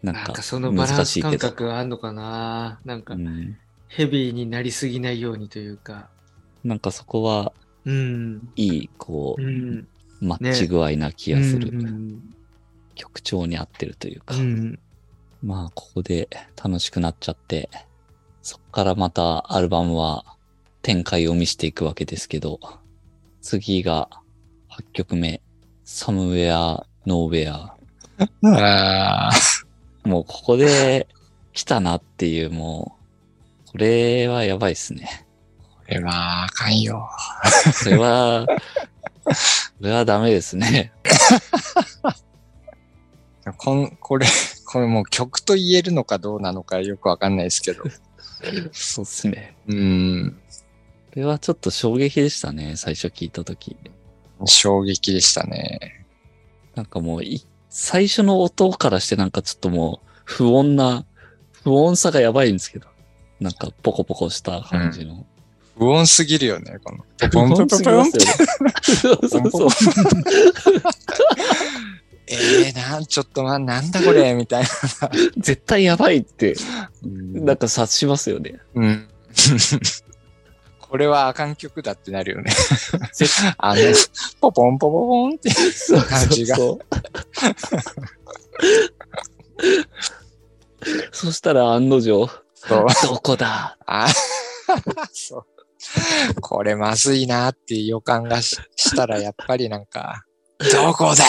[SPEAKER 1] なん
[SPEAKER 3] なん
[SPEAKER 1] か
[SPEAKER 3] かそのバラ
[SPEAKER 1] 難
[SPEAKER 3] ン
[SPEAKER 1] し
[SPEAKER 3] ス
[SPEAKER 1] いけど。
[SPEAKER 3] 感覚あんのかななんか
[SPEAKER 1] うん、
[SPEAKER 3] ヘビーになりすぎないようにというか。
[SPEAKER 1] なんかそこは
[SPEAKER 3] うん。
[SPEAKER 1] いい、こ
[SPEAKER 3] う
[SPEAKER 1] う、
[SPEAKER 3] ん。
[SPEAKER 1] マッチ具合な気がする。
[SPEAKER 3] うん
[SPEAKER 1] 曲調に合ってるというか。
[SPEAKER 3] うん。
[SPEAKER 1] まあ、ここで楽しくなっちゃって、そこからまたアルバムは展開を見せていくわけですけど、次が8曲目、Somewhere, Nowhere。
[SPEAKER 2] ああ。
[SPEAKER 1] もうここで来たなっていう、もう、これはやばいっすね。
[SPEAKER 2] これは、あかんよ。
[SPEAKER 1] これは、 これはダメですね。
[SPEAKER 2] こん、これ、これもう曲と言えるのかどうなのかよくわかんないですけど。
[SPEAKER 1] そうっすね。
[SPEAKER 2] うん。
[SPEAKER 1] これはちょっと衝撃でしたね、最初聞いたとき。
[SPEAKER 2] 衝撃でしたね。
[SPEAKER 1] なんかもうい、最初の音からしてなんかちょっともう、不穏な、不穏さがやばいんですけど。なんか、ポコポコした感じの。
[SPEAKER 2] 不穏すぎるよね、この。
[SPEAKER 1] 不
[SPEAKER 2] ポンポ
[SPEAKER 1] 穏
[SPEAKER 2] ンポ
[SPEAKER 1] す
[SPEAKER 2] ン
[SPEAKER 1] ぎますよね そうそう
[SPEAKER 2] ポ
[SPEAKER 1] そ
[SPEAKER 2] ンポン
[SPEAKER 1] う。
[SPEAKER 2] ええー、なん、ちょっとま、なんだこれ、みたいな。
[SPEAKER 1] 絶対やばいって、
[SPEAKER 2] うん
[SPEAKER 1] なんか察しますよね。
[SPEAKER 2] うん。これはあかん曲だってなるよね。
[SPEAKER 1] 絶対
[SPEAKER 2] あの、ポポンポポポンって。
[SPEAKER 1] そう
[SPEAKER 2] 感じが
[SPEAKER 1] そうそう。 そしたら案の定、
[SPEAKER 2] そう。
[SPEAKER 1] どこだ
[SPEAKER 2] あ そう。これまずいなっていう予感がししたら、やっぱりなんか、どこだ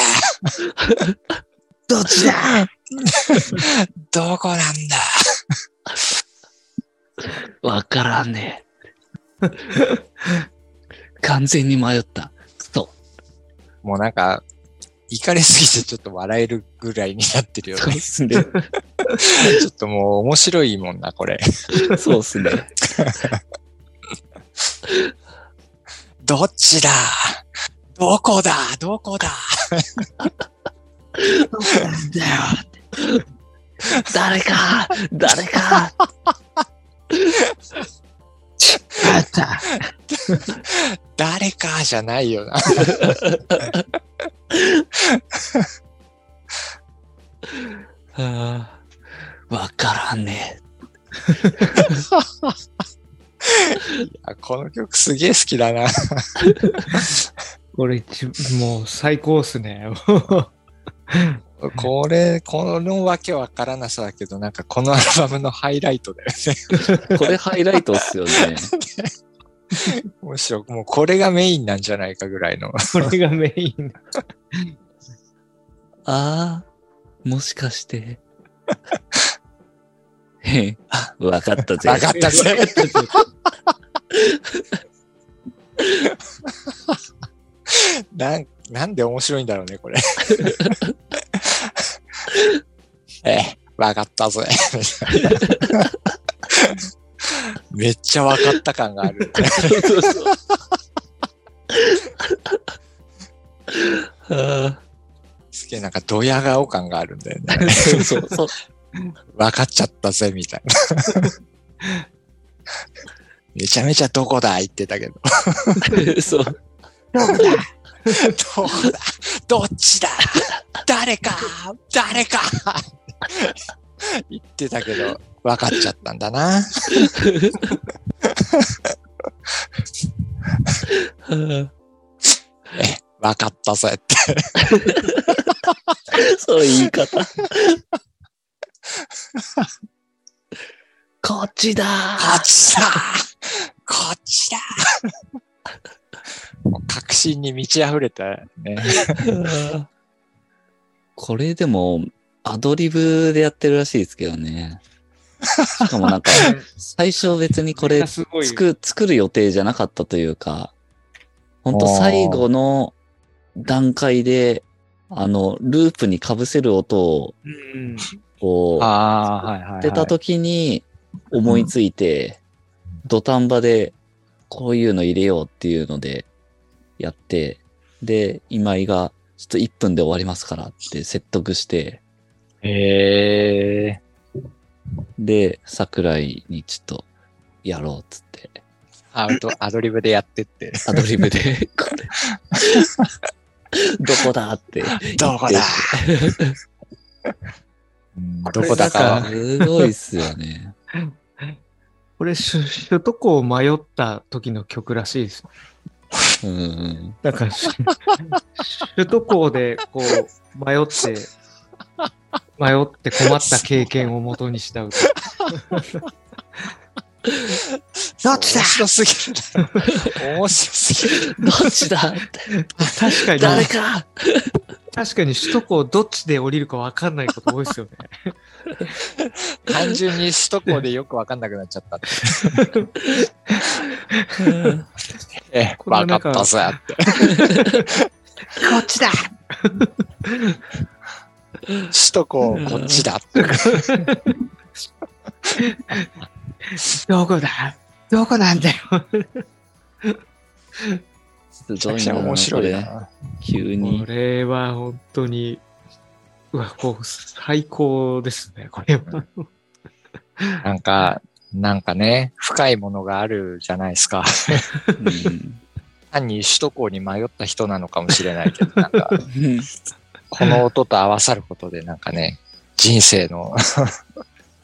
[SPEAKER 2] どっちだどこなんだ
[SPEAKER 1] わからんねえ。完全に迷った。そう。
[SPEAKER 2] もうなんか、怒りすぎてちょっと笑えるぐらいになってるよ
[SPEAKER 1] そう
[SPEAKER 2] ね
[SPEAKER 1] で。すね。
[SPEAKER 2] ちょっともう面白いもんな、これ。
[SPEAKER 1] そうですね。
[SPEAKER 2] どっちだどこだどこだ
[SPEAKER 1] なんだよ。誰か誰か
[SPEAKER 3] あった
[SPEAKER 2] 誰かじゃないよな。
[SPEAKER 1] あーわからんね
[SPEAKER 2] あこの曲すげえ好きだな。
[SPEAKER 3] これ一、もう最高っす ね。
[SPEAKER 2] これ、このわけわからなさだけど、なんかこのアルバムのハイライトだよね。
[SPEAKER 1] え。これハイライトっすよね。
[SPEAKER 2] むしろもうこれがメインなんじゃないかぐらいの。
[SPEAKER 3] これがメイン。
[SPEAKER 1] ああ、もしかして。へんわかったぜ。
[SPEAKER 2] わかったぜ
[SPEAKER 1] わかったぜ
[SPEAKER 2] なん、なんで面白いんだろうね、これ。 ええ、わかったぜ。 めっちゃわかった感がある。
[SPEAKER 1] そうそうそう。あ
[SPEAKER 2] すげえなんかドヤ顔感があるんだよね。
[SPEAKER 1] ーそうそうそう。
[SPEAKER 2] わかっちゃったぜ、みたいな。 めちゃめちゃどこだ言ってたけど。
[SPEAKER 1] そう。
[SPEAKER 2] どこだどっちだ誰か誰か言ってたけど、分かっちゃったんだな。
[SPEAKER 1] あー
[SPEAKER 2] 分かったぜって。
[SPEAKER 1] そう言い方。こっちだ
[SPEAKER 2] こっちだこっちだもう確信に満ち溢れたね。
[SPEAKER 1] ーこれでも、アドリブでやってるらしいですけどね。しかも なんか、最初別にこれ
[SPEAKER 3] すごい。
[SPEAKER 1] 作作る予定じゃなかったというか、本当
[SPEAKER 2] あー
[SPEAKER 1] 最後の段階で、あの、ループに被せる音を、
[SPEAKER 3] うん。
[SPEAKER 1] こう、
[SPEAKER 2] ああ、はいはい、
[SPEAKER 1] 出た時に思いついて、土壇場でこういうの入れようっていうのでやって、で、今井がちょっと1分で終わりますからって説得して、
[SPEAKER 2] へえ。
[SPEAKER 1] で、桜井にちょっとやろうっつって、
[SPEAKER 2] アウト、アドリブでやってって。
[SPEAKER 1] アドリブ で、これ、どこだって。
[SPEAKER 2] どこだ うん
[SPEAKER 3] こ
[SPEAKER 2] ど
[SPEAKER 3] れ
[SPEAKER 2] こだか
[SPEAKER 3] な
[SPEAKER 2] は
[SPEAKER 3] んか
[SPEAKER 1] すごいっすよね。
[SPEAKER 3] これ首、首都高を迷った時の曲らしいです。
[SPEAKER 1] うん。
[SPEAKER 3] なんか、首都高でこう迷って、迷って困った経験をもとにした歌。
[SPEAKER 2] どっちだ面白すぎるな。面白 すぎる。
[SPEAKER 1] どっちだ
[SPEAKER 3] 確かに、
[SPEAKER 1] 誰か
[SPEAKER 3] 確かに首都高どっちで降りるかわかんないこと多いですよね。
[SPEAKER 2] 単純に首都高でよくわかんなくなっちゃ ったって。
[SPEAKER 1] うん
[SPEAKER 2] ええ、
[SPEAKER 3] こ
[SPEAKER 2] わ
[SPEAKER 3] ん
[SPEAKER 2] かっ
[SPEAKER 3] な中
[SPEAKER 2] たさ。
[SPEAKER 3] こっちだ
[SPEAKER 2] 首都高、こっちだって。
[SPEAKER 3] どこだどこなんだよ。
[SPEAKER 1] す
[SPEAKER 2] めち
[SPEAKER 1] ご
[SPEAKER 2] ゃく
[SPEAKER 1] い
[SPEAKER 2] ちゃ
[SPEAKER 1] な。
[SPEAKER 2] 面白い
[SPEAKER 1] これ
[SPEAKER 2] な。
[SPEAKER 1] 急
[SPEAKER 3] こ
[SPEAKER 1] に。
[SPEAKER 3] れは本当に、うわ、こう、最高ですね、これは。
[SPEAKER 2] なんか、なんかね、深いものがあるじゃないですか。
[SPEAKER 1] うん
[SPEAKER 2] 単に首都高に迷った人なのかもしれないけど、 なんか、この音と合わさることで、なんかね、人生の、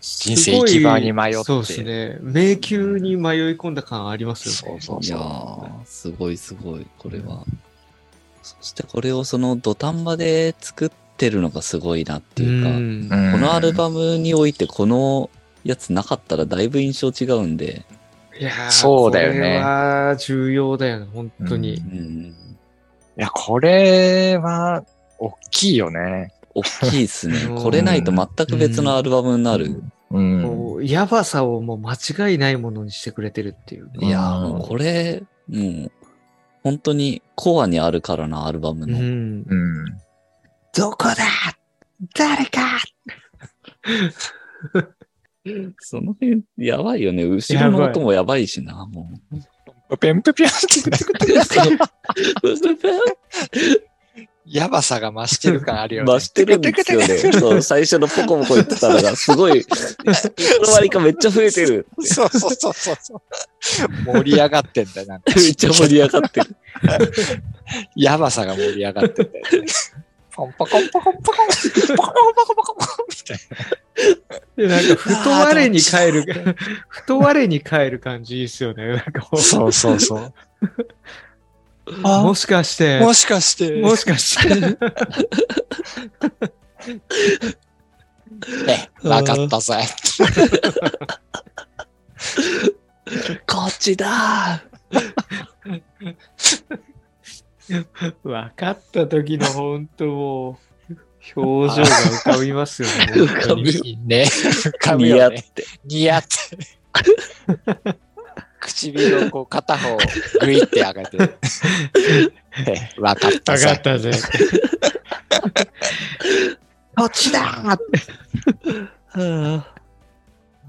[SPEAKER 2] 人生行き場に迷って。
[SPEAKER 3] そうですね。迷宮に迷い込んだ感ありますよね。
[SPEAKER 2] そう
[SPEAKER 1] い
[SPEAKER 2] そ
[SPEAKER 1] や
[SPEAKER 2] う
[SPEAKER 1] ー、すごいすごい、これは。そしてこれをその土壇場で作ってるのがすごいなっていうか、
[SPEAKER 3] ん
[SPEAKER 2] うん
[SPEAKER 1] このアルバムにおいてこのやつなかったらだいぶ印象違うんで、
[SPEAKER 3] いやー
[SPEAKER 2] そうだよね
[SPEAKER 3] これは重要だよね、本当に。
[SPEAKER 2] うん
[SPEAKER 1] うん、
[SPEAKER 2] いや、これは、大きいよね。
[SPEAKER 1] 大きいっすね
[SPEAKER 3] うん。
[SPEAKER 1] これないと全く別のアルバムになる。
[SPEAKER 2] うん。
[SPEAKER 3] こうやばさをもう間違いないものにしてくれてるっていう。
[SPEAKER 2] うん
[SPEAKER 1] いやー、もうこれ、もう、本当にコアにあるからな、アルバム
[SPEAKER 3] う
[SPEAKER 1] の。
[SPEAKER 3] ん。
[SPEAKER 2] うん。
[SPEAKER 3] どこだ誰か
[SPEAKER 1] その辺、やばいよね。後ろの音もやばいしな、も う。
[SPEAKER 2] ペンペピャンってなる。やばさが増してる感あるよね。
[SPEAKER 1] 増してるんですよね。そう、最初のポコポコ言ってたのが、すごい、いつの間にかめっちゃ増えてる。
[SPEAKER 2] そうそうそうそうそう。盛り上がってんだよ、なんか。
[SPEAKER 1] めっちゃ盛り上がってる。
[SPEAKER 2] やばさが盛り上がってんだよ、ね。ポンポコンポコンポコン、ポコンポコンポコンポコンみたい
[SPEAKER 3] で、なんか、ふと我に返る、ふと我に返る感じいいっすよね。なんかこ
[SPEAKER 2] な。そうそうそう。
[SPEAKER 3] う、
[SPEAKER 2] あ
[SPEAKER 3] もしかして、
[SPEAKER 2] もしかして、
[SPEAKER 3] もしかして、
[SPEAKER 2] えわかったぜ。
[SPEAKER 1] こっちだ
[SPEAKER 3] 分かった時の本当もう、表情が浮かびますよね。
[SPEAKER 1] 浮かぶよ
[SPEAKER 2] いい ね。浮
[SPEAKER 1] ー
[SPEAKER 2] かぶ
[SPEAKER 1] ニヤ
[SPEAKER 2] よ
[SPEAKER 1] っ
[SPEAKER 2] ね。
[SPEAKER 1] て。
[SPEAKER 2] ニヤって。 唇をこう片方グイって上げ て。えわかった
[SPEAKER 3] 分かっ
[SPEAKER 2] ぜ。
[SPEAKER 3] たぜ。こっちだーって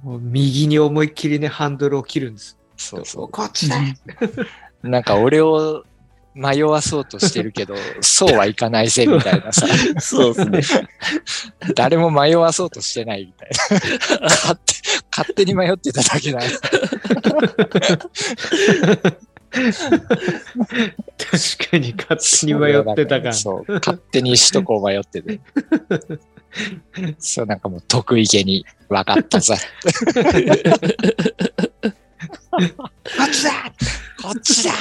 [SPEAKER 3] もう右に思いっきりね、ハンドルを切るんです。
[SPEAKER 2] そうそう。
[SPEAKER 3] こっちだ
[SPEAKER 2] なんか俺を迷わそうとしてるけ ど、そうはいかないぜみたいなさ、
[SPEAKER 1] そうですね。
[SPEAKER 2] 誰も迷わそうとしてないみたい な。勝手勝手に迷ってただけだ。
[SPEAKER 3] 確かに勝手に迷ってた感。
[SPEAKER 2] そう、勝手にしとこう迷ってて。そう、なんかもう得意げに分かったぜ。
[SPEAKER 3] こっちだ
[SPEAKER 2] こっちだ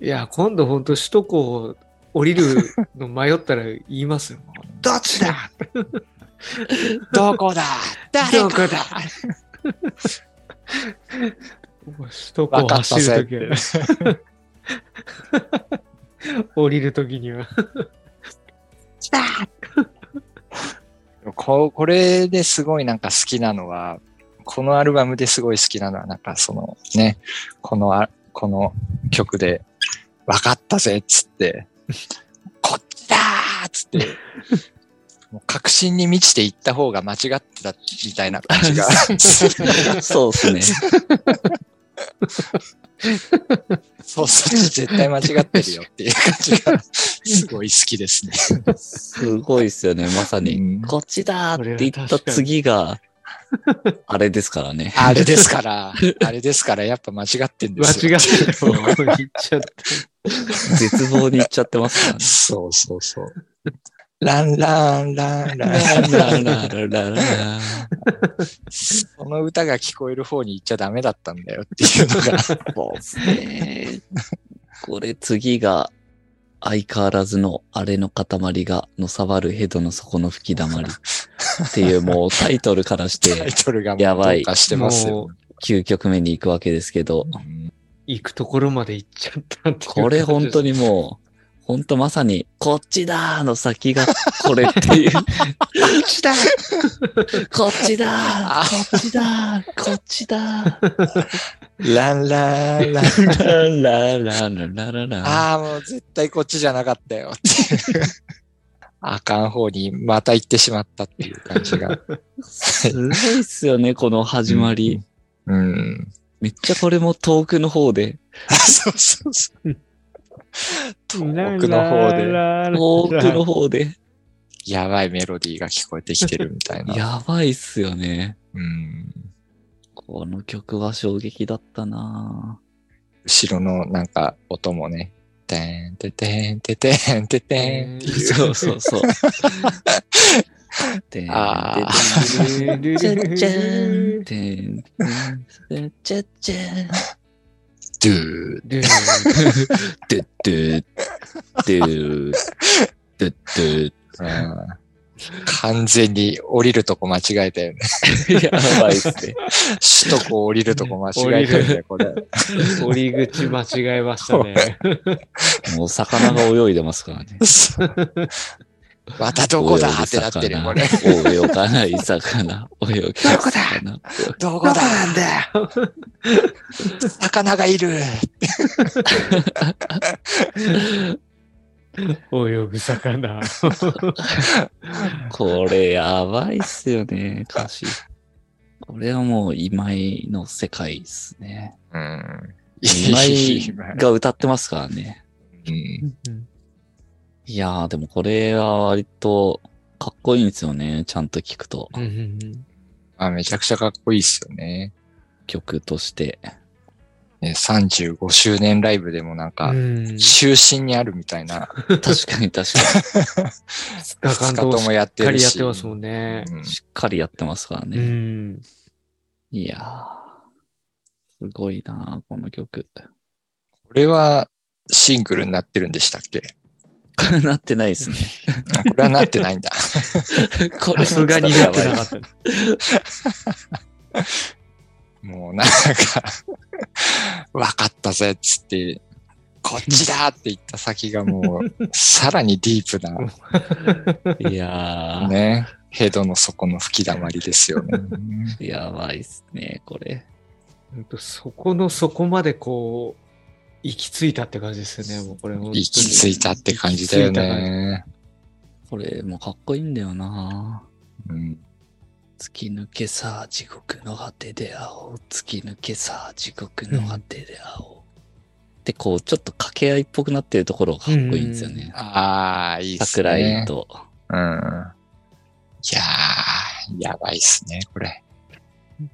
[SPEAKER 3] いや、今度本当首都高を降りるの迷ったら言いますよ。どっちだ
[SPEAKER 2] どこだ
[SPEAKER 3] どこだ首都高を走るときは。 降りるときには。
[SPEAKER 2] ここれですごいなんか好きなのは、このアルバムですごい好きなのは、なんかそのね、このあ、この曲で、分かったぜっつって、こっちだーっつって、もう確信に満ちていった方が間違ってたみたいな感じが。
[SPEAKER 1] そうですね。
[SPEAKER 2] そう、そっち絶対間違ってるよっていう感じが、すごい好きですね。
[SPEAKER 1] すごいっすよね、まさ
[SPEAKER 2] うん
[SPEAKER 1] に。こっちだーって言った次が、あれですからね。
[SPEAKER 2] あれですから、あれですから、やっぱ間違ってんで
[SPEAKER 3] 間
[SPEAKER 2] すよ。
[SPEAKER 3] 違ってた方向に行っちゃって。
[SPEAKER 1] 絶望に行っちゃってますからね。
[SPEAKER 2] そうそうそう。ランランランラン。
[SPEAKER 1] ララ ララララ
[SPEAKER 2] その歌が聞こえる方に行っちゃダメだったんだよっていうの が。
[SPEAKER 1] そうですね。これ次が、相変わらずのあれの塊がのさばるヘドの底の吹き溜まりっていうもうタイトルからし
[SPEAKER 2] タイ
[SPEAKER 1] て
[SPEAKER 2] トルが
[SPEAKER 1] やばい
[SPEAKER 2] 化してますよ。
[SPEAKER 1] 9曲目に行くわけですけど、
[SPEAKER 2] うん
[SPEAKER 3] 行くところまで行っちゃったっていう
[SPEAKER 1] これ本当
[SPEAKER 3] に。
[SPEAKER 1] にもう、本当まさに、こっちだーの先がこれっていう、
[SPEAKER 3] こっちだ
[SPEAKER 1] こっちだーこっちだーこっちだー
[SPEAKER 2] ランラン ラン。
[SPEAKER 1] ララララララ
[SPEAKER 2] ああ、もう絶対こっちじゃなかった よっていう。あかん方にまた行ってしまったっていう感じが。
[SPEAKER 1] すごいっすよね、この始まり。
[SPEAKER 2] うん。
[SPEAKER 1] めっちゃこれも遠くの方で、
[SPEAKER 2] あ そうそうそう。遠くの方で、
[SPEAKER 1] 遠くの
[SPEAKER 3] 方。
[SPEAKER 1] 方で。
[SPEAKER 2] やばいメロディーが聞こえてきてるみたいな。
[SPEAKER 1] やばいっすよね。
[SPEAKER 2] うん、
[SPEAKER 1] この曲は衝撃だったなぁ
[SPEAKER 2] 後ろのなんか音もね、てんててんててんててんっていう。
[SPEAKER 1] そうそうそう。てんてんてんてん
[SPEAKER 2] あー
[SPEAKER 1] ちゃっちゃーんてんてんちゃっちゃーん
[SPEAKER 2] ドゥー。
[SPEAKER 3] で
[SPEAKER 1] ドゥッドゥッドゥッドゥッドゥ
[SPEAKER 2] うん完全に降りるとこ間違えたよね。
[SPEAKER 1] ッやばいっすね。
[SPEAKER 2] 首都高降りるとこ間違えたよね、これ。
[SPEAKER 3] 折り口間違えましたね。
[SPEAKER 1] もう魚が泳いでますからね。
[SPEAKER 2] またどこだってなってるよ、これ。
[SPEAKER 1] 泳かない魚。泳ぎ魚。
[SPEAKER 2] どこだどこだなんだよ魚がいる
[SPEAKER 3] 泳ぐ魚。
[SPEAKER 1] これやばいっすよね、歌詞。これはもう今井の世界っすね。
[SPEAKER 2] うん。
[SPEAKER 1] 今井が歌ってますからね。
[SPEAKER 2] うん
[SPEAKER 1] いやーでもこれは割とかっこいいんですよね、ちゃんと聞くと。
[SPEAKER 2] あめちゃくちゃかっこいいっすよね。
[SPEAKER 1] 曲として。
[SPEAKER 2] ね35周年ライブでもなんか、中心にあるみたいな、
[SPEAKER 1] 確かに確かに。
[SPEAKER 2] 2日ともやっ
[SPEAKER 3] してっか
[SPEAKER 2] る
[SPEAKER 3] り
[SPEAKER 2] し。
[SPEAKER 3] やってますもんね。
[SPEAKER 2] うん
[SPEAKER 1] しっかりやってますから
[SPEAKER 3] う
[SPEAKER 1] ね。
[SPEAKER 3] ん。
[SPEAKER 1] いやーすごいなーこの曲。
[SPEAKER 2] これはシングルになってるんでしたっけ
[SPEAKER 1] なってない ですね。
[SPEAKER 2] あこれはなっ てないんだ。
[SPEAKER 1] こ
[SPEAKER 3] さ
[SPEAKER 1] れ
[SPEAKER 3] すがになってなかった。
[SPEAKER 2] もうなんか、わかったぜっつって、こっちだって言った先がもう、さらにディープな、
[SPEAKER 1] いやー、
[SPEAKER 2] ね、ヘドの底の吹き溜まりですよね。
[SPEAKER 1] やばいっすね、これ。
[SPEAKER 3] ほんとそこの底までこう、行き着いたって感じですよね、もうこれ本当に。
[SPEAKER 2] 行き着いたって感じだよね。
[SPEAKER 1] これもかっこいいんだよな
[SPEAKER 2] うん、
[SPEAKER 1] 突き抜けさ、地獄の果てで会おう。突き抜けさ、地獄の果てで会おう。で、こう、ちょっと掛け合いっぽくなってるところがかっこいいんですよね。
[SPEAKER 2] ああ、いいっす
[SPEAKER 1] 桜井
[SPEAKER 2] ね。
[SPEAKER 1] と。
[SPEAKER 2] うん。いやー、やばいっすね、これ。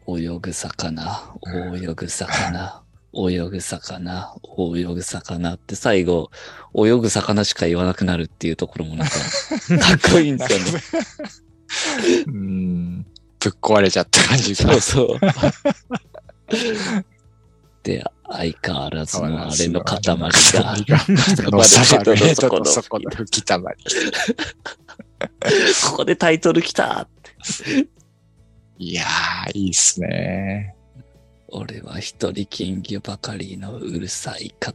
[SPEAKER 1] 泳ぐ魚、泳ぐ魚、泳ぐ魚、泳ぐ魚って最後、泳ぐ魚しか言わなくなるっていうところ もなんか、かっこいいんですよね。
[SPEAKER 2] うん。ぶっ壊れちゃった感じが
[SPEAKER 1] そう。 そう。で、相変わらずのあれの塊が、
[SPEAKER 2] のさばるヘド
[SPEAKER 1] こ
[SPEAKER 2] の底の吹き溜まり。
[SPEAKER 1] こでタイトル来た
[SPEAKER 2] いやー、いいっすね。
[SPEAKER 1] 俺は一人金魚ばかりのうるさい塊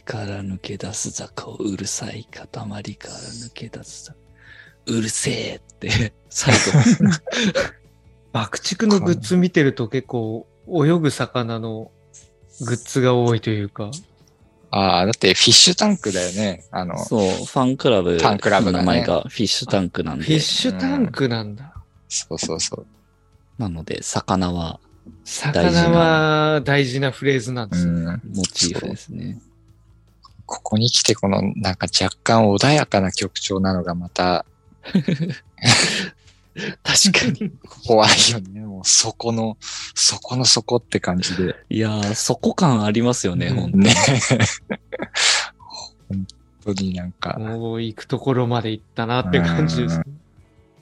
[SPEAKER 1] から抜け出す雑魚、うるさい塊から抜け出す雑魚、うるせえ って、最後、
[SPEAKER 3] 爆竹のグッズ見てると結構、泳ぐ魚のグッズが多いというか。
[SPEAKER 2] ああ、だってフィッシュタンクだよね。あの、
[SPEAKER 1] そう、ファンクラブ
[SPEAKER 2] ファンクラブ
[SPEAKER 1] の
[SPEAKER 2] が
[SPEAKER 1] 名
[SPEAKER 2] ね
[SPEAKER 1] 前がフィッシュタンクなん
[SPEAKER 3] フ
[SPEAKER 1] で、
[SPEAKER 3] ィッシュタンクなんだ。
[SPEAKER 2] そうそうそう。
[SPEAKER 1] なので、魚は大事な
[SPEAKER 3] 魚は大事なフレーズなんですよ。
[SPEAKER 2] うん、
[SPEAKER 1] モチーフですね。
[SPEAKER 2] ここに来てこのなんか若干穏やかな曲調なのがまた
[SPEAKER 1] 確 かに。
[SPEAKER 2] 怖いよね。もうそこの、そこのそこって感じで。
[SPEAKER 1] いやー、そこ感ありますよね、
[SPEAKER 3] うん
[SPEAKER 1] ほんと
[SPEAKER 2] ね。本当になんか、
[SPEAKER 3] もう行くところまで行ったなって感じですね。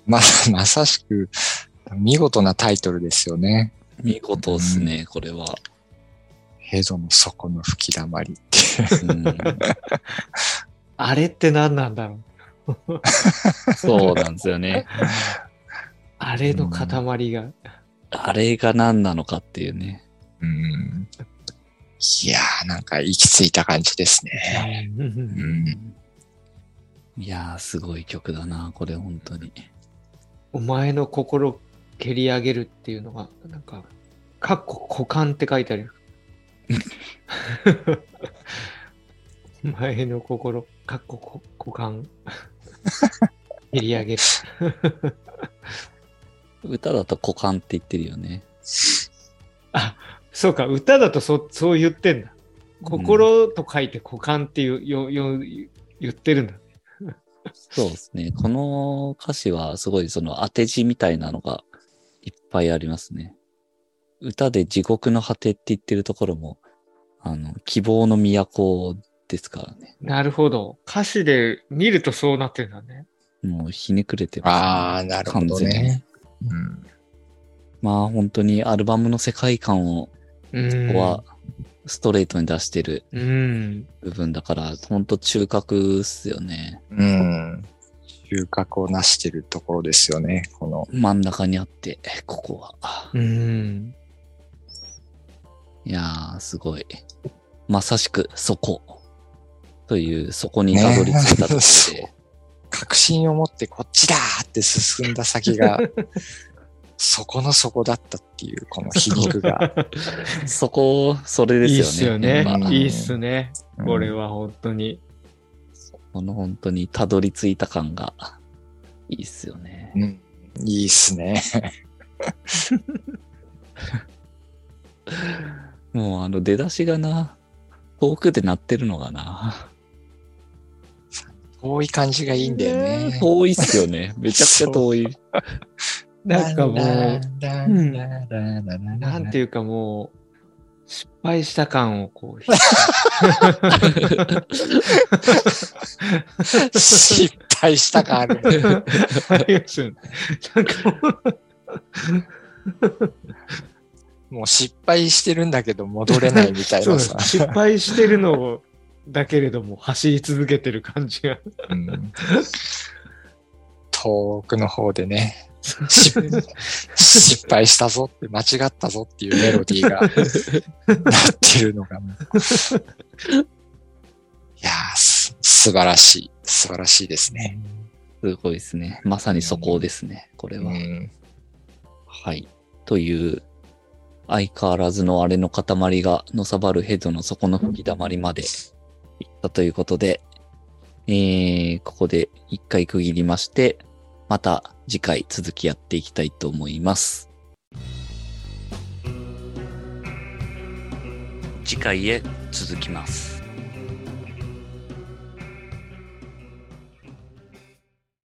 [SPEAKER 2] ま、 まさしく、見事なタイトルですよね。
[SPEAKER 1] 見事ですね、これは。
[SPEAKER 2] ヘドの底の吹き溜まりって。
[SPEAKER 1] うん
[SPEAKER 3] あれって何なん だろう。
[SPEAKER 1] そうなんですよね。
[SPEAKER 3] あれの塊が。
[SPEAKER 1] あれが何なのかっていうね。
[SPEAKER 2] うん。いやー、なんか行き着いた感じですね。
[SPEAKER 3] うん
[SPEAKER 2] ん。
[SPEAKER 1] いやー、すごい曲だな、これ、本当に。
[SPEAKER 3] お前の心蹴り上げるっていうのが、なんか、かっこ股間って書いてある。お前の心、かっここ股間。蹴り上げる。
[SPEAKER 1] 歌だと股間って言ってるよね。
[SPEAKER 3] そうか、歌だとそそう言ってんだ。心と書いて股間っていう、よよ言ってるんだ。
[SPEAKER 1] そうですね。この歌詞はすごいその当て字みたいなのがいっぱいありますね。歌で地獄の果てって言ってるところも、あの、希望の都ですからね。
[SPEAKER 3] なるほど。歌詞で見るとそうなってるんだね。
[SPEAKER 1] もうひねくれてます、
[SPEAKER 2] ああ、なるほど
[SPEAKER 1] 完全に
[SPEAKER 2] ね。うん。
[SPEAKER 1] まあ本当にアルバムの世界観を、
[SPEAKER 3] うん。
[SPEAKER 1] ここはストレートに出してる
[SPEAKER 3] うん。
[SPEAKER 1] 部分だから、本当中核っすよね。
[SPEAKER 2] うん。収穫をなしてるところですよね。この、
[SPEAKER 1] 真ん中にあって、ここは。
[SPEAKER 3] うん。
[SPEAKER 1] いやー、すごい。まさしく、そこ。という、そこにたどり着いたところ
[SPEAKER 2] ねそう確信を持ってこっちだーって進んだ先が、そこの底だったっていう、この皮肉が。
[SPEAKER 1] で、そこ、それで
[SPEAKER 3] いいっ
[SPEAKER 1] す
[SPEAKER 3] す
[SPEAKER 1] よ
[SPEAKER 3] よ
[SPEAKER 1] ね。
[SPEAKER 3] ね
[SPEAKER 1] やっぱ。
[SPEAKER 3] いいっすね。
[SPEAKER 2] うん
[SPEAKER 3] これは本当に。
[SPEAKER 1] この本当にたどり着いた感が、いいっすよね
[SPEAKER 2] う。ん。いいっすね。
[SPEAKER 1] もう、あの、出だしがな、遠くで鳴ってるのがな、
[SPEAKER 2] 遠い感じがいいんだよね。
[SPEAKER 1] 遠いっすよ ね。めちゃくちゃ遠い。
[SPEAKER 3] なんかもう、うん
[SPEAKER 2] う
[SPEAKER 3] なんていうかもう、失敗した感をこう、
[SPEAKER 2] 失敗した感ある。
[SPEAKER 3] ありますよねなんかもう、
[SPEAKER 2] もう失敗してるんだけど戻れないみたい
[SPEAKER 3] そう
[SPEAKER 2] な
[SPEAKER 3] です
[SPEAKER 2] さ。
[SPEAKER 3] 失敗してるのを、だけれども走り続けてる感じが。
[SPEAKER 2] うん遠くの方でね、失失敗したぞって、間違ったぞっていうメロディーがなってるのがもう。いやーす、素晴らしい。素晴らしいですね。
[SPEAKER 1] すごいですね。まさにそこですね、これ
[SPEAKER 2] う
[SPEAKER 1] は。
[SPEAKER 2] ん。
[SPEAKER 1] はい。という、相変わらずのあれの塊がのさばるヘッドの底の吹き溜まりまで行ったということで、えー、ここで一回区切りまして、また次回続きやっていきたいと思います。次回へ続きます。